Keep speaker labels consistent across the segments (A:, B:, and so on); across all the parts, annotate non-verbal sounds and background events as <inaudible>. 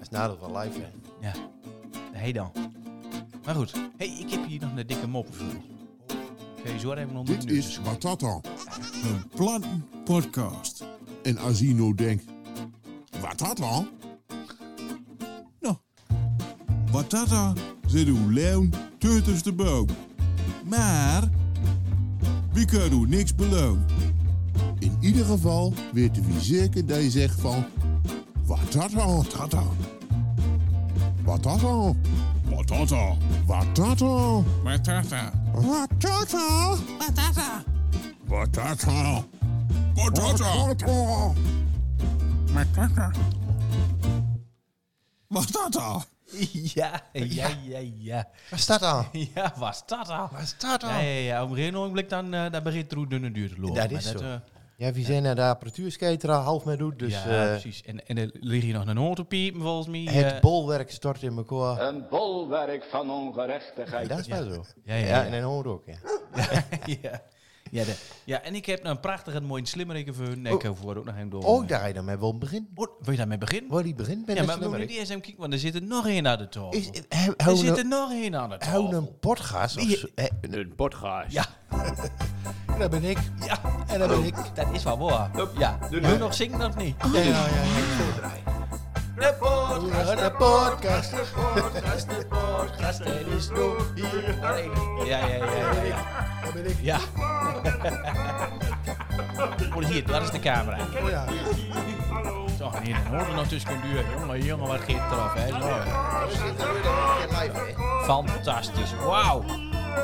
A: is nadeel van live, hè.
B: Ja, hey dan. Maar goed, hey, ik heb hier nog een dikke mop voor. Kun je zo even onder
C: Dit
B: de neus
C: is
B: doen.
C: Watata.
D: Een plannen podcast.
C: En Azino denkt, Watata?
D: Nou, Watata zit uw leeuw tussen de boom. Maar, we kunnen u niks beloven.
C: In ieder geval weten we zeker dat je zegt van, Watata, tata. Watata,
D: Watata.
C: Watata,
D: Watata.
C: Watata,
D: Watata.
C: Watata,
D: Watata.
C: Watata.
D: Watata. Watata.
B: <laughs> Ja, ja, ja, ja.
A: Waar staat aan?
B: Ja, was dat al?
A: Waar staat
B: Ja,
A: aan?
B: ja, ja. Op een gegeven ogenblik dan, eh dan begint het dunne duur te lopen.
A: Dat is
B: Maar
A: zo.
B: eh,
A: Ja, wie zijn naar de apparatuurskater al half mee doet, dus
B: ja,
A: eh,
B: precies. En, en er ligt hier nog een autopiepen volgens mij.
A: het
B: eh.
A: bolwerk stort in elkaar.
E: Een bolwerk van
A: Ja,
E: ongerechtigheid.
A: dat is wel zo.
B: Ja, ja, ja.
A: en een hoor ook, ja.
B: <laughs> ja. Ja, de- ja, en ik heb nou een prachtige, mooie slimmerike voor hun. Nee, ik hoef er ook nog een door.
A: Oh, daar ga je dan mee wel beginnen.
B: Oh, wil je daarmee beginnen?
A: Waar die begint met
B: Ja,
A: een
B: maar we moeten
A: slimmerik.
B: niet eens even kijken, want er zit er nog één aan de tafel.
A: Is- eh, hou-
B: er
A: hou
B: zit Oh. er
A: nou-
B: nog één aan de tafel.
A: Hou een potgas of
B: Nee,
A: zo. Eh,
E: Een potgaas.
B: Ja,
A: Dat ben ik.
B: ja.
A: En dat ben ik.
B: Dat is wel waar. Ja. Wil je nog zingen of niet?
A: Ja, ja, ja. ja. De podcast. De
B: Ja, ja, ja, ja. ja.
A: podcast. ben ik.
B: ja. Oh, hier, daar is de camera.
A: Oh, ja.
B: Zo, en hier een hoorde nog tussen kunt duwen. Jongen, jongen, wat geeft eraf, hè? Zo. Fantastisch. Wauw.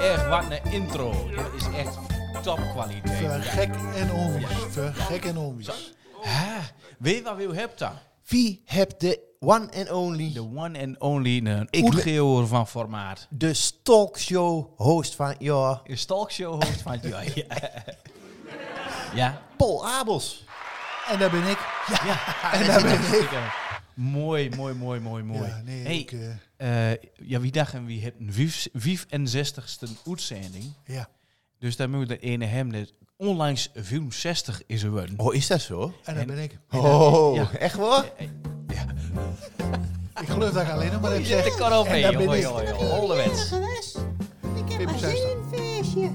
B: Echt, wat een intro. Dit is echt topkwaliteit.
F: Vergek en onwies. Vergek en onwies.
B: Ah, weet je wat we hebben dan?
A: Wie hebt de one and only,
B: De one and only, een
A: Ik-
B: oergeeuwer van formaat.
A: de stalkshow host van ja,
B: Een stalkshow host van ja, <laughs> ja. Ja,
A: Paul Abels.
F: En daar ben ik.
B: ja. En daar ben Mooi, mooi, mooi, mooi, mooi.
F: Ja, nee,
B: hey,
F: ik, eh,
B: eh, ja, wie dacht en wie hebt een vijf- 65ste uitzending.
F: ja.
B: Dus daar moet de ene hem net onlangs film 60 is er worden.
A: Oh, is dat zo?
F: En daar ben ik.
A: Oh,
B: Ja.
A: echt waar?
F: Eh, Ik geloof dat ik alleen nog maar heb
B: Zet de
F: gezegd.
B: kar op heen,
F: en daar
B: jongen,
F: ben ik.
B: jongen, jongen. Hollewets.
G: geweest. Ik heb maar
F: 65.
G: één feestje.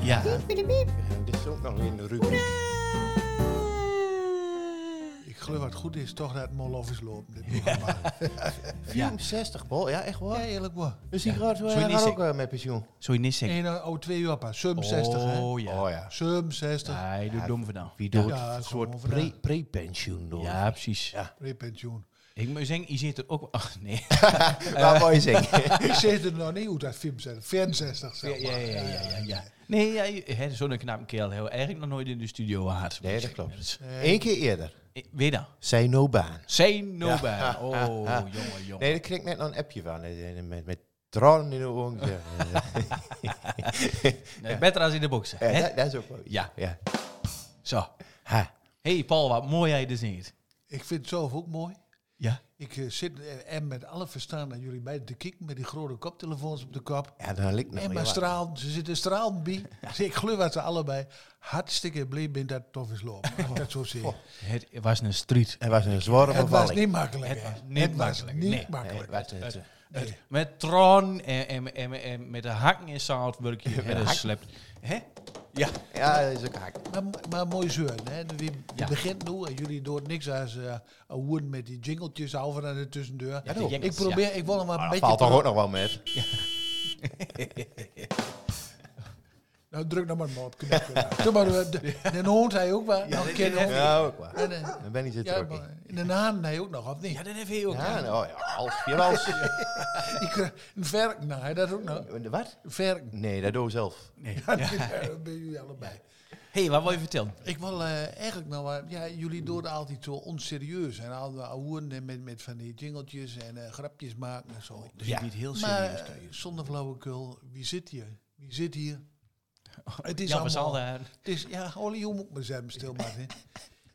B: Ja,
G: Piep, piep, piep.
A: Dit is ook nog in Oh, de rubriek.
F: Ik geloof dat het goed is toch dat het mol af is lopen. Dit
B: <laughs>
F: programma.
A: 64, Paul. Ja, echt
F: Ja,
A: waar?
F: eerlijk waar.
A: Dus die gaat
B: Zullen we niet
A: eh, gaat ook
B: zeggen?
A: eh, met pensioen.
B: zou je niet zeggen.
F: Eén oh, twee uur pa. 67 hè.
B: Oh ja.
A: Oh ja.
F: 67.
B: Hij doet dom van nou.
A: Wie doet
F: Ja, dat
A: een
F: is
A: soort
F: gewoon vandaag.
A: pre- pre-pensioen door?
B: Ja, precies.
F: Prepensioen.
B: Ik moet zeggen, je zit er ook... Ach, nee.
A: Wat wou je
F: <laughs>
A: zeggen?
F: <laughs> Ik zeg er nog niet hoe dat film zijn. 64
B: Ja,
F: zeg
B: ja,
F: maar.
B: ja, ja, ja, ja. Nee, ja, je- hè, zo'n knappe kerel hebben we eigenlijk nog nooit in de studio gehad. Dus,
A: Nee, dat klopt. Eén keer eerder.
B: Eh, Weer dan.
A: Zij no baan.
B: Zijn no bij. Oh, jongen, jongen.
A: Nee, daar kreeg ik net nog een appje van. eh, eh, Met, met tranen in de ogen.
B: Nee, Beter als in de boksen.
A: <laughs> Ja,
B: hè?
A: dat, dat is ook wel.
B: Ja.
A: ja.
B: Zo.
A: Ha.
B: hey, Paul, wat mooi jij dus er ziet.
F: Ik vind het zelf ook mooi.
B: Ja.
F: Ik eh, zit eh, en met alle verstaan naar jullie beiden te kijken met die grote koptelefoons op de kop.
A: Ja, dan ligt nog
F: En maar
A: heel wat.
F: straalend, ze zitten straalend
A: <laughs>
F: bij. Dus ik geloof dat ze allebei hartstikke blij zijn dat het tof is lopen.
A: <laughs>
F: Als ik dat zo
A: Oh,
F: zie.
B: Het was een street.
A: Het was een zware
F: Het was
A: bevalling.
F: niet makkelijk.
B: Het
F: hè.
B: was niet
F: Het was
B: makkelijk,
F: niet
B: nee.
A: Nee, het
F: makkelijk.
A: was niet, eh,
B: Met tron en, en, en, en met de hakken in zout werk je verder
A: hak.
B: slept. Hè? Ja.
A: Ja, dat is ook hak.
F: Maar, maar mooi zeuren. Hè. Die die
B: Ja.
F: begint nu en jullie doen niks als eh een woord met die jingeltjes over aan de tussendeur.
B: Ja, die
F: ik
B: jingles,
F: probeer, ik wil hem maar een
A: Dat
F: beetje...
A: valt toch
F: terug-
A: ook nog wel met.
F: Nou, druk nog maar een moordknop. Toen maar, de,
A: <laughs>
F: de, de hond hij ook wel. nog een keer op.
A: Ja, ook wel.
F: En, eh,
A: Dan ben je zo
F: ja,
A: druk.
F: maar in de haan hij ook nog, of niet?
B: Ja, dat heb je ook.
A: Ja, nou, ja, als je wel.
F: <laughs> Die kre- eh, een verk, nou, hij dat ook nog.
A: Wat?
F: Een verk.
A: Nee, dat doe ik zelf.
B: Nee.
F: Ja, dat ben jullie allebei.
B: hey, wat wil je vertellen?
F: Ik wil eh, eigenlijk nou, eh, ja, jullie doen altijd zo onserieus. En al woorden met, met van die jingeltjes en eh, grapjes maken en zo.
B: Dus je bent heel
F: maar
B: serieus.
F: eh, zonder flauwekul, wie zit hier? Wie zit hier?
B: Oh,
F: Het is
B: Ja, we zal
F: allemaal... Het is, ja, Olly, hoe moet ik mezelf stil
B: <laughs>
F: maken?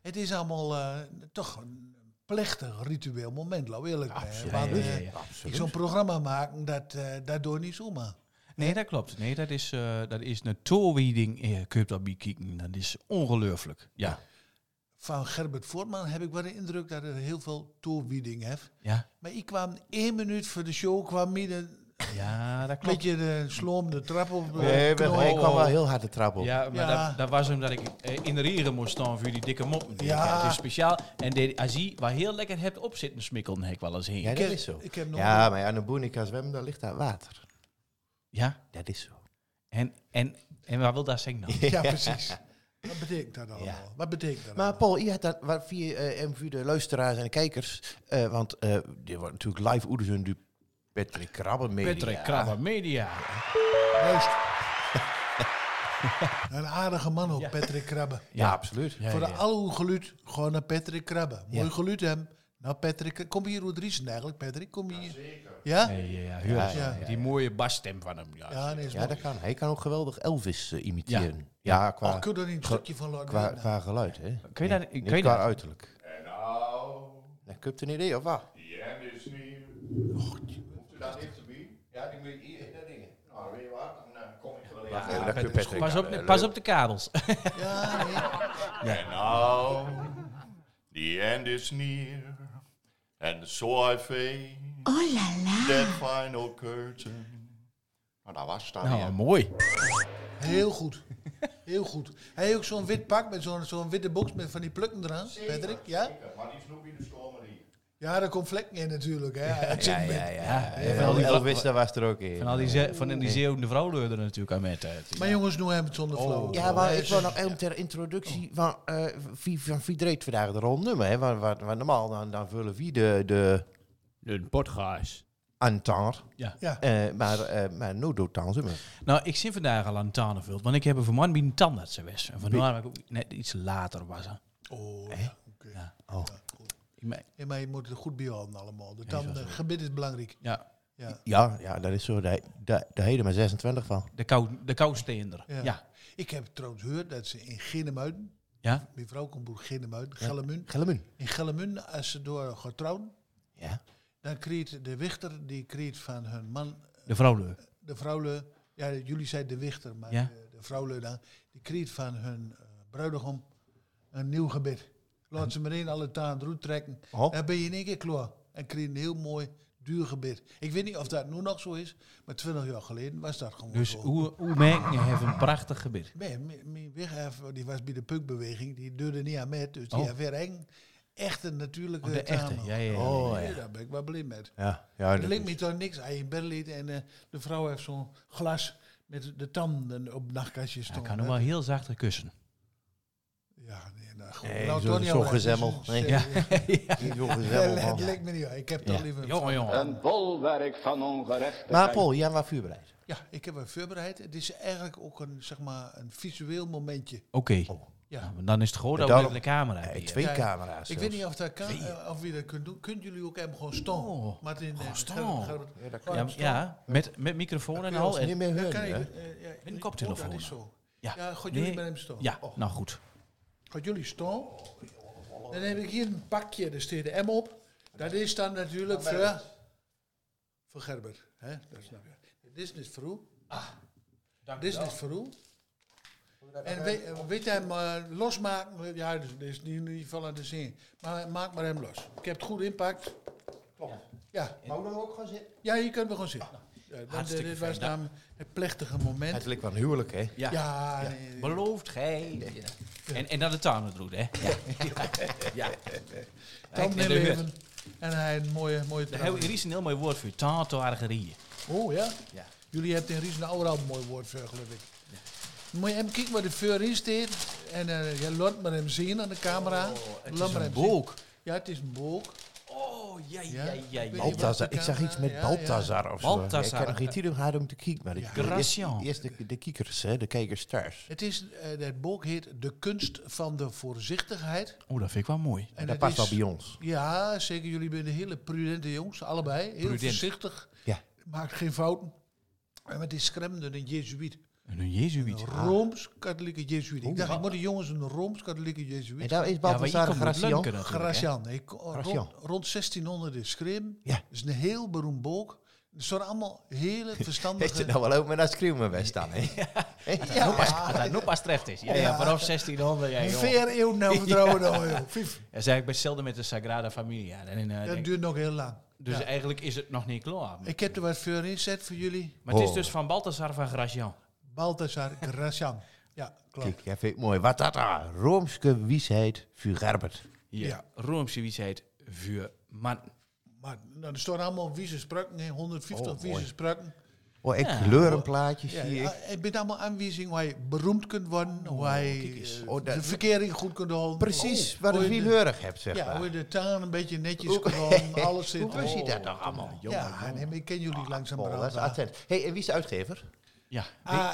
F: Het is allemaal eh, toch een plechtig ritueel moment, laat eerlijk zijn. Want,
B: ja, ja,
F: eh,
B: ja.
F: ik Zo'n programma maken, dat, eh daardoor niet zomaar.
B: Nee, dat klopt. Nee, dat is, eh dat is een toolweeding. Eh, kun je dat bekijken? Dat is ongelooflijk. Ja.
F: van Gerbert Voortman heb ik wel de indruk dat er heel veel toewieding heeft.
B: Ja,
F: Maar ik kwam één minuut voor de show, kwam midden
B: ja dat
F: een
B: klopt.
F: beetje de sloom de trap op. eh,
A: Nee, Oh. ik ben-
F: knol.
A: ik kwam wel heel hard de trap op.
B: Ja, maar
F: Ja.
B: Dat, dat was omdat ik eh, in de rieren moest staan voor die dikke mop.
F: Ja.
B: Het is speciaal. En de Azie, waar heel lekker hebt op zitten, smikkelde heb ik wel eens heen.
A: Ja,
B: Ja?
F: Ik
A: dat
F: heb-
A: is zo.
F: ik heb nog
A: Ja, maar aan de Boenica zwemmen, daar ligt daar water. Dat is zo.
B: En, en, en wat wil dat zeggen dan? <laughs>
F: Ja, precies. Wat betekent dat allemaal?
A: Ja.
F: Wat betekent dat
A: Maar
F: allemaal?
A: Paul, je had dat wat via eh, en voor de luisteraars en de kijkers. eh, want eh dit wordt natuurlijk live oedersen du Patrick Krabbe mee.
B: Patrick Krabbe Media.
F: Juist. <laughs> Een aardige man ook, Patrick Krabbe.
A: Ja, absoluut. Ja,
F: Voor de
A: ja.
F: alle geluid, gewoon naar Patrick Krabbe. Mooi
A: Ja.
F: geluid hem. Nou, Patrick, kom hier uit Riesen eigenlijk, Patrick. Kom hier. Ja?
B: Nee, ja, ja, huur eens.
A: Ja,
F: ja,
B: Die mooie basstem van hem. Ja.
F: Ja, nee, is
A: Ja,
F: mooi.
A: dat kan. Hij kan ook geweldig Elvis eh, imiteren. Ja, qua,
F: Oh, kun je er niet een stukje van laten
A: qua,
F: doen?
A: qua geluid, hè?
B: Kun je dat-
A: Niet- niet
B: kun je
A: qua
B: dat-
A: uiterlijk. En nou... Ik heb een idee, of wat?
H: Nou, eh,
A: Ja, dat Oh, kun je Patrick
B: Pas op, pas op de kabels.
F: Ja, nee.
H: And now the end is near, and so I face
G: Oh la la.
H: that final curtain. Nou, daar was het dan
B: Nou,
H: weer.
B: mooi.
F: Heel goed. Heel goed. Hij heeft ook zo'n wit pak met zo'n zo'n witte box met van die plukken eraan. Patrick, ja?
H: Maar die snoep in de stormen niet.
F: Ja, daar komt vlekken in natuurlijk. Hè. Hij het zit met-
B: Ja,
A: Eh,
B: van al die,
A: Elvis, daar was er ook in.
B: van al die, ze- van die zeeuwende vrouwen er natuurlijk aan met. eh, te-
F: Maar jongens, nu hebben we het zonder flow.
A: Oh. Ja, maar ik wil nog even ter
F: Oh.
A: introductie van, eh wie, van wie dreigt vandaag de rol nummer, hè? Want, want, want normaal dan, dan vullen wie de, de
E: Een podcast.
A: antar,
B: Ja.
F: Ja.
A: eh maar, eh maar nu doet dan ze maar.
B: Nou, ik zit vandaag al aan Tanenveld, want ik heb er vanmorgen bij een tandarts geweest. En vandaar dat ik ook net iets later was. hè.
F: Oh, ja. oké.
B: Ik me-
F: Ja, maar je moet het goed bijhouden allemaal. De tanden, gebit is belangrijk.
B: Ja,
F: Ja.
A: Ja, ja, dat is zo. Daar daar- daar heet er maar 26 van.
B: de, kou, de kousteender. Ja. ja.
F: Ik heb trouwens gehoord dat ze in Ginnemuiden, mijn vrouw komt uit Ginnemuiden, Gellemun.
A: Gellemun.
F: In Gellemun, als ze door gaat trouwen,
A: Ja.
F: dan kreeg de wichter, die kreeg van hun man,
B: De vrouwleur.
F: de vrouwlui, ja, jullie zeiden de wichter, maar
B: Ja.
F: de, de vrouwlui dan, die kreeg van hun eh, bruidegom een nieuw gebit. Laat ze maar in alle taan roet trekken.
A: Oh.
F: Dan ben je in één keer klaar. En kreeg een heel mooi, duur gebit. Ik weet niet of dat nu nog zo is, maar twintig jaar geleden was dat gewoon
B: Dus
F: zo.
B: hoe, hoe merk je, heeft een prachtig gebit.
F: Nee, mijn- mijn weghef, die was bij de punkbeweging, die deurde niet aan met, dus die
B: Oh.
F: heeft weer een echte natuurlijke
B: Oh, de echte,
F: taal.
B: ja, ja, ja.
F: Oh,
A: Oh, ja.
F: ja, daar ben ik wel blij met.
A: Ja. ja
F: Het
A: dat
F: leek
A: is-
F: me toch niks aan je in bed ligt en eh, de vrouw heeft zo'n glas met de tanden op nachtkastjes
B: Ja, ik
F: staan.
B: kan hem wel heel zacht kussen.
F: Ja, nee, nou goed.
A: Nee,
F: nou,
A: zo-
F: toch niet
A: zo'n
F: aan-
A: gezemmel.
F: dus-
A: Nee.
F: <laughs> Ja,
B: <laughs>
A: Jongen, gezellig,
F: dat
A: man.
F: dat leek me niet aan. Ik heb toch liever...
B: Jongen, jongen.
E: Een bolwerk van ongerechtigheid.
A: Maar Paul, jij was vuurbereid.
F: Ja, ik heb een voorbereid. Het is eigenlijk ook een, zeg maar, een visueel momentje.
B: Oké.
F: Oh. Ja.
B: Nou, Dan is het goed dat
A: Dan-
B: we de camera
A: Nee,
B: hebben.
A: twee
F: Ja,
A: camera's.
F: Ik
A: zelfs.
F: weet niet of, dat kan, eh, of wie dat kunt doen. Kunnen jullie ook hem gewoon staan?
B: Oh,
F: Martin, eh,
B: gewoon staan.
F: Gerrit, Gerrit.
A: Ja, dat
B: Ja, ja, met, met microfoon en al.
A: ons niet
B: En,
A: meer
F: Dat kan
A: horen,
F: ik,
A: hè?
F: eh, ja,
B: een
F: oh,
B: koptelefoon.
F: Dat is zo.
B: ja,
F: Ja, goed, jullie bij hem staan.
B: Ja,
F: Oh.
B: nou goed.
F: Gaat jullie staan. Dan heb ik hier een pakje, daar staat de M op. Dat is dan natuurlijk voor, voor Gerbert. Hè? Dat snap je. Dit is niet voor u. Ah, dit is niet voor u. En we- weet hem eh, losmaken, ja, dus dit is niet, niet van aan de zin. Maar maak maar hem los. Ik heb het goed inpakt. Klopt. Ja,
A: Wou dan ook gaan zitten?
F: ja hier kunnen we gewoon zitten. Ja, want eh,
B: Hartstikke
F: dit
B: fijn,
F: was
B: dank.
F: namelijk het plechtige moment.
A: Het leek wel een huwelijk, hè?
B: Ja.
F: Ja, nee,
B: Beloofd gij. En, en dat de tuin doet, hè? Ja. ja.
F: tanden in leven. En hij een mooie, mooie
B: Daar
F: traan.
B: hebben we- er is een heel mooi woord voor. Tatoeagerieën.
F: Oh ja?
B: Ja.
F: Jullie hebben in Riesen overal een mooi woord voor, geloof ik. Moet je hem kijken wat er voor in staat. En eh, je laat maar hem zien aan de camera.
B: Oh, Het
F: Laat
B: is
F: maar
B: een
F: hem zien.
B: boek.
F: Ja, het is een boek.
B: Oh, ja,
F: Ja.
B: ja, ja, ja.
F: Bal-
A: Balthazar. Ik zag iets met
F: Ja, ja.
A: Balthazar of zo.
B: Balthazar.
A: Ik kan nog geen titel hard om te kijken. Maar de- de- eerst,
B: Gracian.
A: eerst de, de kiekers, hè? De kijkers thuis.
F: Het, is, eh, het boek heet De kunst van de voorzichtigheid.
B: Oh, dat vind ik wel mooi.
F: En
A: dat
F: het
A: past wel
F: is-
A: bij ons.
F: Ja, zeker. Jullie zijn hele prudente jongens, allebei. Heel
B: Prudent.
F: voorzichtig.
A: Ja.
F: Maakt geen fouten. En het is kremde een jezuïet.
B: En een jezuïet.
F: Een Rooms-katholieke jezuïet. Ik dacht, ik moet de jongens een Rooms-katholieke jezuïet
A: En daar is
B: Ja, maar je
A: Balthazar
B: komt uit
A: Gracian.
B: Lunken natuurlijk, hè?
F: Gracian. Ik, rond,
A: Gracian.
F: rond 1600 is Schreem.
A: Ja.
F: is een heel beroemd boek. zijn allemaal
B: <laughs>
F: hele
A: Heeft
F: verstandige...
A: het nou wel ook met dat schreeuwen best dan,
F: <laughs>
A: hè? nou Ja.
B: Dat dat nog pas terecht is. Ja, ja. vanaf 1600. Ja, joh.
F: Veer eeuw nou vertrouwen dan, joh. Fief.
B: <laughs> Ja, zei ik bij zelden met de Sagrada Familia. En, eh,
F: Dat
B: denk-
F: duurt nog heel lang.
B: dus
F: Ja.
B: eigenlijk is het nog niet klaar.
F: Ik heb er wat voor inzet voor jullie.
B: Maar het is
A: Oh.
B: dus van Balthasar van Gratian.
F: Balthasar Gracian. Ja, klopt.
A: Kijk, dat vind ik mooi. Wat dat daar? Roomske wiesheid voor Gerbert.
B: Ja.
F: Ja.
B: Roomse wiesheid voor man.
F: Maar nou, er staan allemaal wieze spraken, hè, 150
A: Oh, mooi.
F: wieze spraken.
A: Oh, ik
B: Ja.
A: kleur een plaatje,
F: Ja,
A: zie
F: ja,
A: ik.
F: het bent Eh, allemaal aanwijzingen waar je beroemd kunt worden, waar je eh,
A: Oh, dat-
F: de verkering goed kunt houden.
A: Precies
F: Oh,
A: wat
F: hoe
A: een
F: je de-
A: wieleurig hebt, zeg
F: Ja, hoe
A: maar.
F: je de taan een beetje
A: <laughs>
F: netjes kunt houden, alles zit.
A: Hoe was je
F: Oh.
A: dat nog allemaal?
F: Ja, nee, maar ik ken jullie langzaam
A: Oh, dat is
F: branden.
A: attent. hey, en wie is de uitgever?
B: Ja.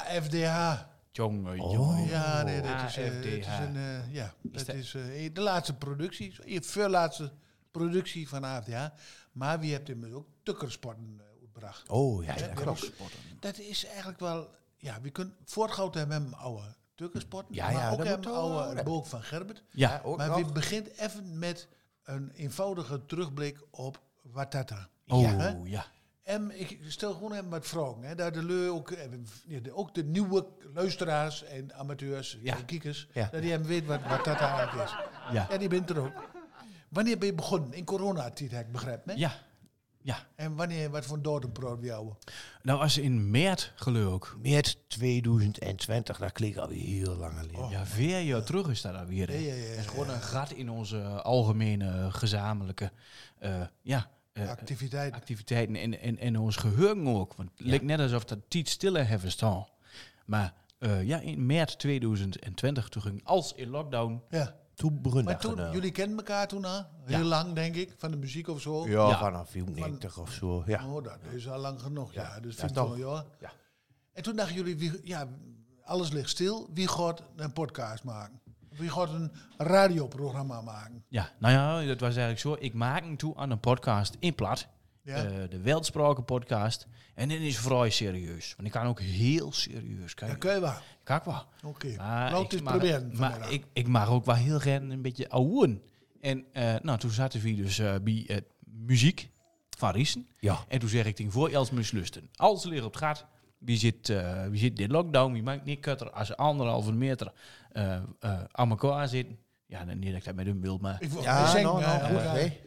F: AFDH.
B: Jongen,
A: Oh.
B: jongen.
F: Ja, nee, dat
A: Ah,
F: is, eh,
B: AFDH.
F: het is een, eh, ja, dat
B: dat-
F: is eh, de laatste productie, je voorlaatste productie van AFDH. Maar wie hebt immers ook tukkersporten eh, uitgebracht.
A: Oh, ja,
F: Hè,
A: ja
F: we
A: klopt.
F: hebben ook- Dat is eigenlijk wel, ja, we kunnen voortgoud hebben met oude tukkersporten,
A: Ja, ja,
F: maar ook
A: dat
F: hebben
A: moet wel
F: oude
A: worden.
F: boek van Gerbert.
B: Ja.
A: ook
F: maar
A: nog.
F: we begint even met een eenvoudige terugblik op Watata. hè?
B: Oh, ja.
F: En ik stel gewoon even wat vragen. Hè. Daar de leu ook, eh, ja, de- ook de nieuwe luisteraars en amateurs
B: Ja.
F: en kiekers,
A: Ja.
F: dat die hem weet wat, wat dat aan is.
B: Ja.
F: En die bent er ook. Wanneer ben je begonnen? In coronatijd, heb ik begrepen. Hè?
B: Ja. Ja.
F: En wanneer, wat voor dodenbrood we houden?
B: Nou, als in maart geloof ik.
A: Met 2020, dat klinkt alweer heel lang geleden.
B: Ja, weer je terug is dat alweer. hè.
F: Oh, Ja, ja, ja,
B: Het is gewoon een gat in onze eh, algemene gezamenlijke eh, ja, eh,
F: Activiteit.
B: activiteiten en, en, en ons geheugen ook. Want het lijkt net alsof dat tiet stille hebben staan. Maar eh, ja, in maart 2020, toen ging alles in lockdown.
F: Ja.
A: Toen begon
F: Maar
A: dat
F: toen,
A: gedaan.
F: jullie kennen elkaar toen al? Heel
B: Ja.
F: lang, denk ik, van de muziek of zo.
A: Ja,
B: Ja.
A: vanaf 94 of zo. Ja.
F: Oh, dat is al lang genoeg, ja. Dus
A: Ja,
F: vind ik
A: toch?
F: wel, joh.
A: Ja.
F: En toen dachten jullie, wie, ja, alles ligt stil. Wie gaat een podcast maken? Wie gaat een radioprogramma maken?
B: Ja, nou ja, dat was eigenlijk zo. Ik maakte toe aan een podcast in plat.
F: Ja.
B: Eh, de Weltspraken podcast. En dit is vrij serieus. Want ik kan ook heel serieus
F: Ja,
B: kijken.
F: kun je wel.
B: Kijk wel.
F: Oké.
B: Maar
F: Laat
B: ik
F: het eens
B: mag-
F: proberen
B: Maar
F: vanmiddag.
B: ik, ik mag ook wel heel graag een beetje ouwen. En eh, nou, toen zaten we dus eh, bij eh, muziek van Riesen.
A: Ja.
B: En toen zeg ik tegen voor Els mislusten. Alles ligt op het gat. Wie zit, eh wie zit in lockdown? Wie maakt niet kutter als anderhalve meter eh eh aan elkaar zitten? Ja, dan niet dat ik dat met hem wil, maar...
F: Ik wil
A: Ja,
F: ik zeg,
A: nou, nou,
F: eh,
A: goed,
F: eh,
A: hè.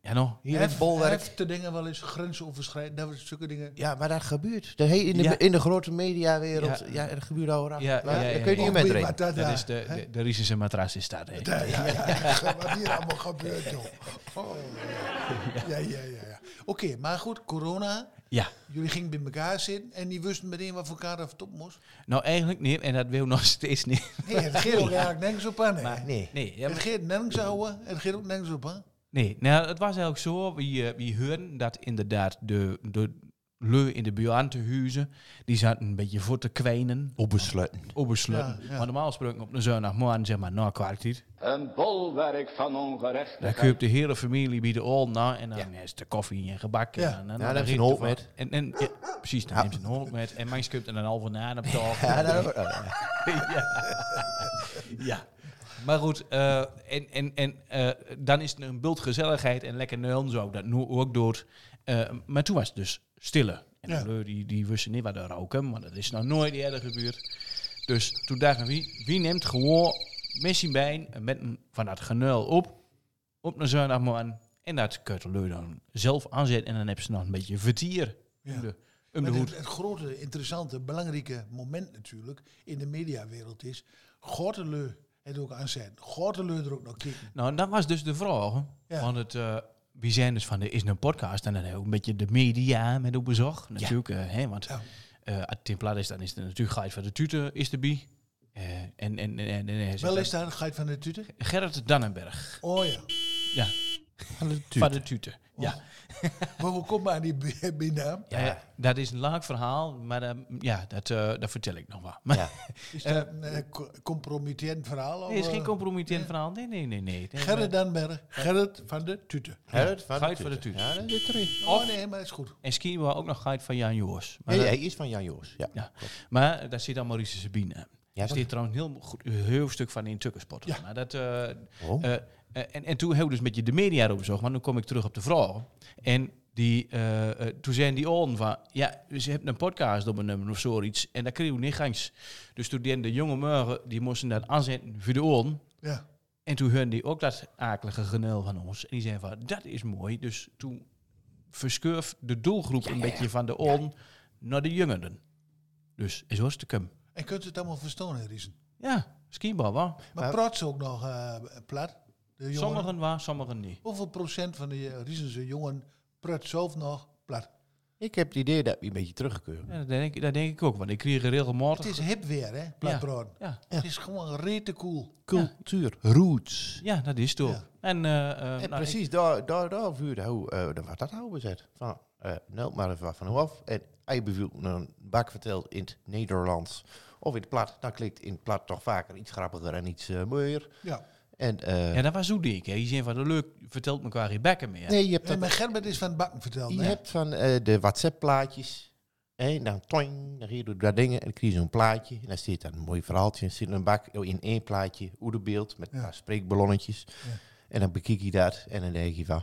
B: Ja, nou.
A: Hier in
F: hef-
A: het bolwerk.
F: hefte dingen wel eens grensoverschrijdend. Dat was zulke dingen.
A: Ja, maar dat gebeurt. De, he- in, de,
B: Ja.
A: in de grote mediawereld,
B: Ja.
A: ja. dat gebeurt al raar.
B: Ja, ja, ja,
A: Daar
B: ja,
A: kun je
B: ja.
A: niet meer
F: Maar
A: mee
F: dat,
B: Dat
F: ja,
B: is de,
F: hè?
B: de, de Riesense matras is daar. hè.
F: Ja, ja, <laughs> ja. Wat hier allemaal gebeurt, joh.
A: <laughs>
F: Oh, ja. Ja, ja, ja. ja. Oké, maar goed, corona.
B: Ja.
F: Jullie gingen bij elkaar zitten en die wisten meteen wat voor elkaar dat op moest.
B: Nou, eigenlijk niet. En dat wil nog <laughs> steeds niet.
F: Nee, het geeft ook eigenlijk nergens op aan. hè.
A: Nee.
B: Nee, ja,
F: Het geeft nergens houden, het geeft ook nergens op aan.
B: Nee, nou, het was eigenlijk zo. We, eh, we hoorden dat inderdaad de, de leu in de buurtenhuizen... die zaten een beetje voor te kwijnen,
A: Opbesluiten.
B: opbesluiten.
F: Ja, ja.
B: Maar normaal gesproken op een zondagmorgen, zeg maar, na kwartier...
E: Een bolwerk van
B: dan
E: ongerechtigheid.
B: koopt de hele familie bij de old na... en dan is de koffie en gebak.
F: Ja.
B: En dan, dan,
A: Ja, dan heb je een
B: riekt
A: hoop
B: er wat.
A: met.
B: En, en, ja, precies, dan
A: Ja.
B: neemt ze een hoop met. En mijn koopt er een halve na
A: <laughs>
B: op tafel.
A: Ja, dat ook. eh,
B: ja. ja. Maar goed, eh, en, en, en eh, dan is het een bult gezelligheid en lekker neulen zo. Dat nu ook doet. Eh, maar toen was het dus stille. En
F: Ja.
B: de leu, die, die wisten niet waar de roken, maar dat is nou nooit eerder gebeurd. Dus toen dachten wie, wie neemt gewoon misschien bij met een, van dat geneul op, op een zondagmorgen. En dat kunt de leu dan zelf aanzetten en dan heb ze nog een beetje vertier. om de, om de
F: Maar
B: hoed.
F: het, het grote, interessante, belangrijke moment natuurlijk in de mediawereld is... Gorteleu het ook aanzet. Gorteleu er ook nog kijken.
B: Nou, en dat was dus de vraag. hè.
F: Ja.
B: Want het, eh we zijn dus van, er is een podcast en dan hebben we ook een beetje de media met op bezoek. Natuurlijk, eh, hè, want
F: Ja.
B: eh als het in plaats is, dan is er natuurlijk Gijs van de Tute is erbij. Eh en, en, en, en, en, hij zegt
F: Wel
B: dan-
F: is daar een geit van de tute?
B: <laughs> Gerrit Dannenberg.
F: Oh ja.
B: Ja,
A: Van de
B: van
A: tuut.
B: de Tute. Ja.
F: Maar hoe komt maar aan die <laughs> bij- bijnaam?
B: Eh, dat is een lang verhaal, maar eh, ja, dat, eh, dat vertel ik nog wel. Maar
A: Ja.
F: Is dat een eh, co- compromitterend verhaal?
B: het is
F: of,
B: geen
F: eh,
B: compromitterend verhaal. Nee, nee, nee. nee. Het is, eh,
F: Gerrit Danberg, Gerrit van de tute.
A: Gerrit van
B: Geit van de tuut.
A: Ja, dat zit erin.
F: Oh nee, maar is goed.
B: En skiën we ook nog Gijs van Jan Joos. Maar
A: Nee,
B: dat-
A: hij is van Jan Joos. Ja.
B: Ja, maar eh, daar zit dan Maurice Sabine. aan.
A: Ja,
B: Er
A: dat-
B: zit trouwens een heel, goed, een heel stuk van in Tukkerspot.
F: Ja.
B: Maar dat, eh,
A: Oh.
B: eh, eh, en, en toen heel dus met je de media erop zocht, maar nu kom ik terug op de vrouw. En Die, eh, eh, toen zijn die on van, ja, ze hebben een podcast op een nummer of zoiets. En daar kreeg ik niet gangs. Dus toen deden de jonge morgen, die moesten dat aanzetten voor de on.
F: Ja.
B: En toen hoorden die ook dat akelige genel van ons. En die zeiden van, dat is mooi. Dus toen verschurft de doelgroep een beetje van de on naar de jongeren. Dus is hartstikke.
F: En kunt u het allemaal verstaan, hè, Riesen?
B: Ja, skibal wel.
F: Maar praat ze ook nog eh, plat? De jongeren?
B: Sommigen waar, sommigen niet.
F: Hoeveel procent van de eh, Riesense jongen praat zelf nog plat?
A: Ik heb het idee dat we een beetje terugkeuren.
B: Ja, dat, denk, ik- dat denk ik ook, want ik kreeg regelmatig...
F: Het is hip weer, hè, plat
B: Ja.
F: praten.
B: Ja,
F: Het is gewoon rete cool.
A: Cultuur, roots.
B: ja, dat is toch.
F: Ja.
B: En, eh, eh, nou,
A: En
B: ik-
A: precies, daar, daar, daar vuurde hoe, eh, dan wat dat nou bezet. Van, eh nou, maar even wat van hoe af. En hij beviel een bak verteld in het Nederlands of in het plat. Dan klinkt in het plat toch vaker iets grappiger en iets eh, mooier.
F: Ja.
A: En, eh,
B: ja, dat was zo dik. Hè. Die zijn van, leuk, vertelt elkaar geen bekken meer.
A: nee, je hebt,
F: En
A: dat,
F: mijn Gerbert is van het bakken verteld.
A: je
F: hè?
A: hebt van eh, de WhatsApp-plaatjes. En dan toing, dan hier doe je dat dingen en dan krijg je zo'n plaatje. En dan zit daar een mooi verhaaltje. En zit een bak oh, in één plaatje, oederbeeld, met
F: Ja.
A: een paar spreekballonnetjes.
F: Ja.
A: En dan bekijk je dat en dan denk je van...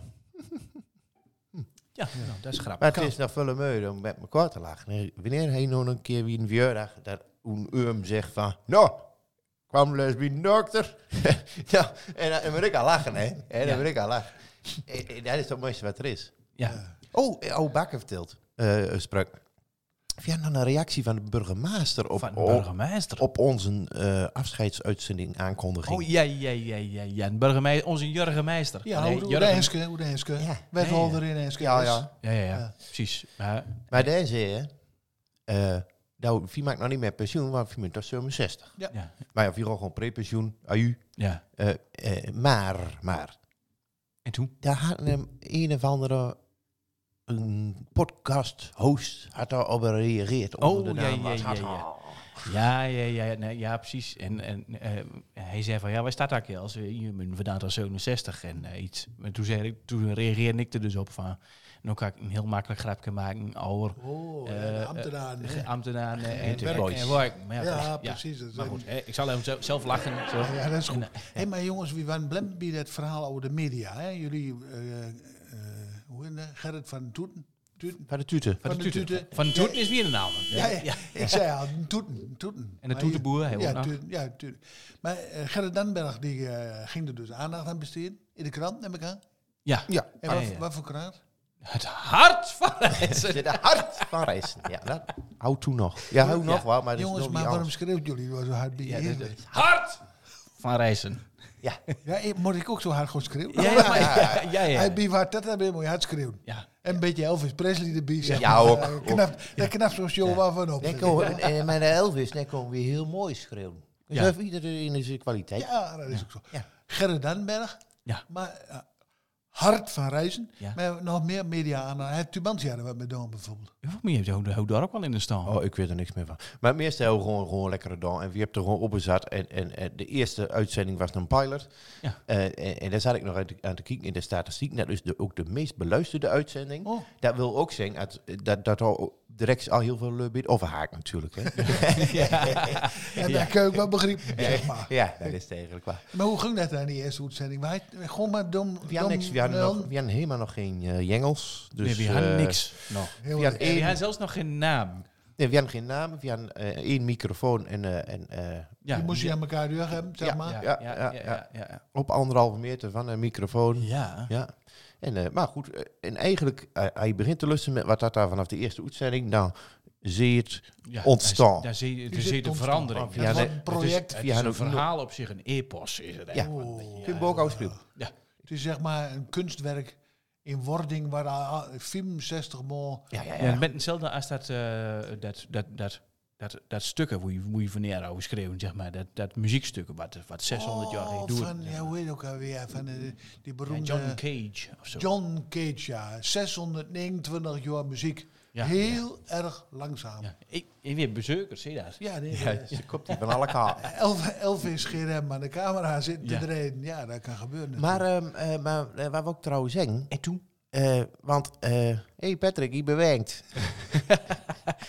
B: Ja, nou, dat is grappig.
A: Maar het is nog veel meer om met elkaar te lachen. En Wanneer hij nog een keer wie een verjaardag dat een uum zegt van... Nou, kwam les bij een dokter. <laughs> ja, en dan- en moet ik al lachen, hè. En
B: Ja.
A: dan moet ik al lachen. En- en dat is het mooiste wat er is.
B: Ja,
A: Oh, eh, oh Bakker vertelt, eh eh, sprak. Of jij nou een reactie van de burgemeester op,
B: van de
A: op,
B: burgemeester.
A: op onze eh, afscheidsuitzending aankondiging?
B: Oh, ja, ja, ja, ja, ja. Een burgemeester, onze Jurgemeister.
F: Ja,
B: Nee,
F: hoe de- hoe de
B: Jurgen-
F: Henske, hoe de Henske.
A: Ja.
F: Wethouder in Dus- Henske.
A: Ja, ja.
B: Ja, ja, ja,
F: Ja.
B: precies. Maar,
A: Maar daar zei je, eh, nou, wie maakt nou niet meer pensioen, want wie moet toch 67.
B: ja,
A: Maar ja, wie gaat gewoon prepensioen, aju.
B: ja.
A: Eh, eh, maar, maar,
B: En toen?
A: daar had een, een of andere een podcast host had daar op gereageerd onder de
B: Oh, ja,
A: naam
B: ja,
A: als
B: ja,
A: had-
B: ja. Ja, ja, ja, ja, nee, ja precies. En, en eh, hij zei van, ja, waar staat dat hier? Als we je bent vandaan tot 67 en eh, iets. En toen, zei ik, toen reageerde ik er dus op van, nou kan ik een heel makkelijk grapje maken over
F: Oh,
B: Eh,
F: ja, de
B: eh,
F: ambtenaren. hè?
B: eh, ambtenaren en
A: de
B: werk
A: boys.
B: en werk. Maar ja,
F: ja,
B: dus- ja.
F: precies. Dat
B: Maar
F: zijn-
B: goed, hè, ik zal even zo- zelf lachen. Zo.
F: Ja, dat is goed.
B: En, eh,
F: Hé, maar jongens, wie waren blem bij dat verhaal over de media? Hè? Jullie, eh, eh, hoe heet dat? Gerrit van Toeten? Toeten?
A: Van de tuten.
B: van
F: Van
B: de
F: de
B: toeten.
F: toeten.
B: Van de toeten is weer een naam.
F: Ja, ja, ik zei al, een toeten, een toeten.
B: En de
F: Maar
B: toetenboer, hij
F: hier-
B: ook
F: ja,
B: nog.
F: toeten, ja, toeten. Maar eh, Gerrit Danberg, die eh, ging er dus aandacht aan besteden. In de krant, neem ik aan.
B: Ja.
A: Ja,
F: En
B: Ah,
F: wat,
B: ja, ja.
F: wat voor krant?
B: Het hart van <laughs>
A: <laughs>
B: het.
A: de hart van reizen. Ja, dat houdt toen nog. Ja, hou nog wel, maar dat is
F: Jongens,
A: nog
F: maar
A: niet
F: waarom
A: alles.
F: schreeuwt jullie wel zo hard bij
B: Ja,
F: je?
B: dat- dat- Hart van Rijzen.
F: <laughs>
A: Ja,
F: Ja, ik- moet ik ook zo hard goed schreeuwen?
B: Ja, ja,
F: <laughs>
B: ja. ja, ja.
F: Hij bij wat dat hebben, moet je hard schreeuwen.
B: Ja.
F: En een beetje Elvis Presley erbij. Zeg
A: Ja,
F: maar.
A: ook,
F: Eh,
A: ook.
F: knapt- Daar knapt zo'n show wel van op.
A: dan komen we- en mijn Elvis, dan komen we weer heel mooi schreeuwen. Dus
B: Ja.
A: dat heeft iedereen in zijn kwaliteit.
F: Ja, dat is ook zo.
A: Ja.
F: Gerrit Danberg,
B: Ja.
F: maar eh, hard van reizen.
B: Ja.
F: Maar nog meer media aan. Hij heeft Tubantia er wat mee doen bijvoorbeeld.
B: Volgens mij heeft hij ook- houdt daar ook wel in de staan. <laughs>
A: Oh, ik weet er niks meer van. Maar meestal hebben we gewoon, gewoon lekkere dan. En wie hebt er gewoon op gezet. En, en, en de eerste uitzending was een pilot.
B: Ja.
A: Eh, en, en daar zat ik nog aan te, aan te kijken in de statistiek. Dat is de, ook de meest beluisterde uitzending.
F: Oh.
A: Dat wil ook zeggen dat, dat, dat er direct al heel veel eh, bit overhaakt natuurlijk.
F: <laughs>
A: Hè? <laughs>
F: En daar kun je ook wel begrip zeg maar.
A: ja, dat is het eigenlijk waar.
F: Maar hoe ging dat dan, die eerste uitzending? Waar hij- gewoon maar dom...
A: We hadden,
F: dom
A: niks, we hadden,
F: nul.
A: nog, we hadden helemaal nog geen eh, jengels. Dus,
B: nee, we hadden
A: eh,
B: niks. nog.
A: We
F: Heel
A: hadden,
F: erg.
B: En die
A: één,
B: had zelfs nog geen naam.
A: nee, we hadden geen naam. We hadden eh, één microfoon en, eh, en eh,
B: Ja,
F: Die moest je aan elkaar deur hebben, zeg
A: Ja,
F: maar.
B: ja, ja,
A: Ja,
B: ja,
A: ja,
B: ja, ja.
A: op anderhalve meter van een microfoon.
B: Ja.
A: Ja. En, eh, maar goed, eh, en eigenlijk, eh, hij begint te lusten met wat dat daar vanaf de eerste uitzending. Nou, zie je het
B: Ja,
A: ontstaan.
B: daar- Daar zie je,
F: Die
B: daar
F: zit
B: zie je de
F: constant.
B: verandering.
A: Ja, nee,
F: dat was een
A: het
F: project.
B: Het
A: via
B: is
A: hen
B: een
A: ook nog-
B: verhaal op zich, een epos is het
A: Ja.
B: eigenlijk.
F: Oh.
A: Kun je ook uitspelen?
B: Ja.
F: Het is zeg maar een kunstwerk in wording waar eh, ah, al- al 65 maal...
A: Ja, ja,
B: Ja, het bent hetzelfde als dat, eh, dat, dat, dat, dat, dat stukken hoe je, hoe je van neer over schreeuwen, zeg maar. Dat, dat muziekstukken wat, wat 600 jaar
F: Oh,
B: geleden doet.
F: van, ja, hoe heet het ook alweer? Van eh, die
B: Ja,
F: beroemde...
B: John Cage of zo.
F: John Cage, ja. 629 jaar muziek.
B: Ja,
F: Heel erg langzaam. Ja,
B: Ja. Ik, ik weer bezoekers, zie je dat?
F: nee,
A: Ja,
F: eh,
A: ze komt die van alle
F: <laughs>
A: kanten.
F: Elf, elf is geen rem, maar de camera zit te
B: Ja.
F: draaien. Ja, dat kan gebeuren.
A: Maar, ehm eh, maar eh, wat we ook trouwens zeggen,
B: En toen?
A: eh, want, hé hey Patrick, je bewenkt.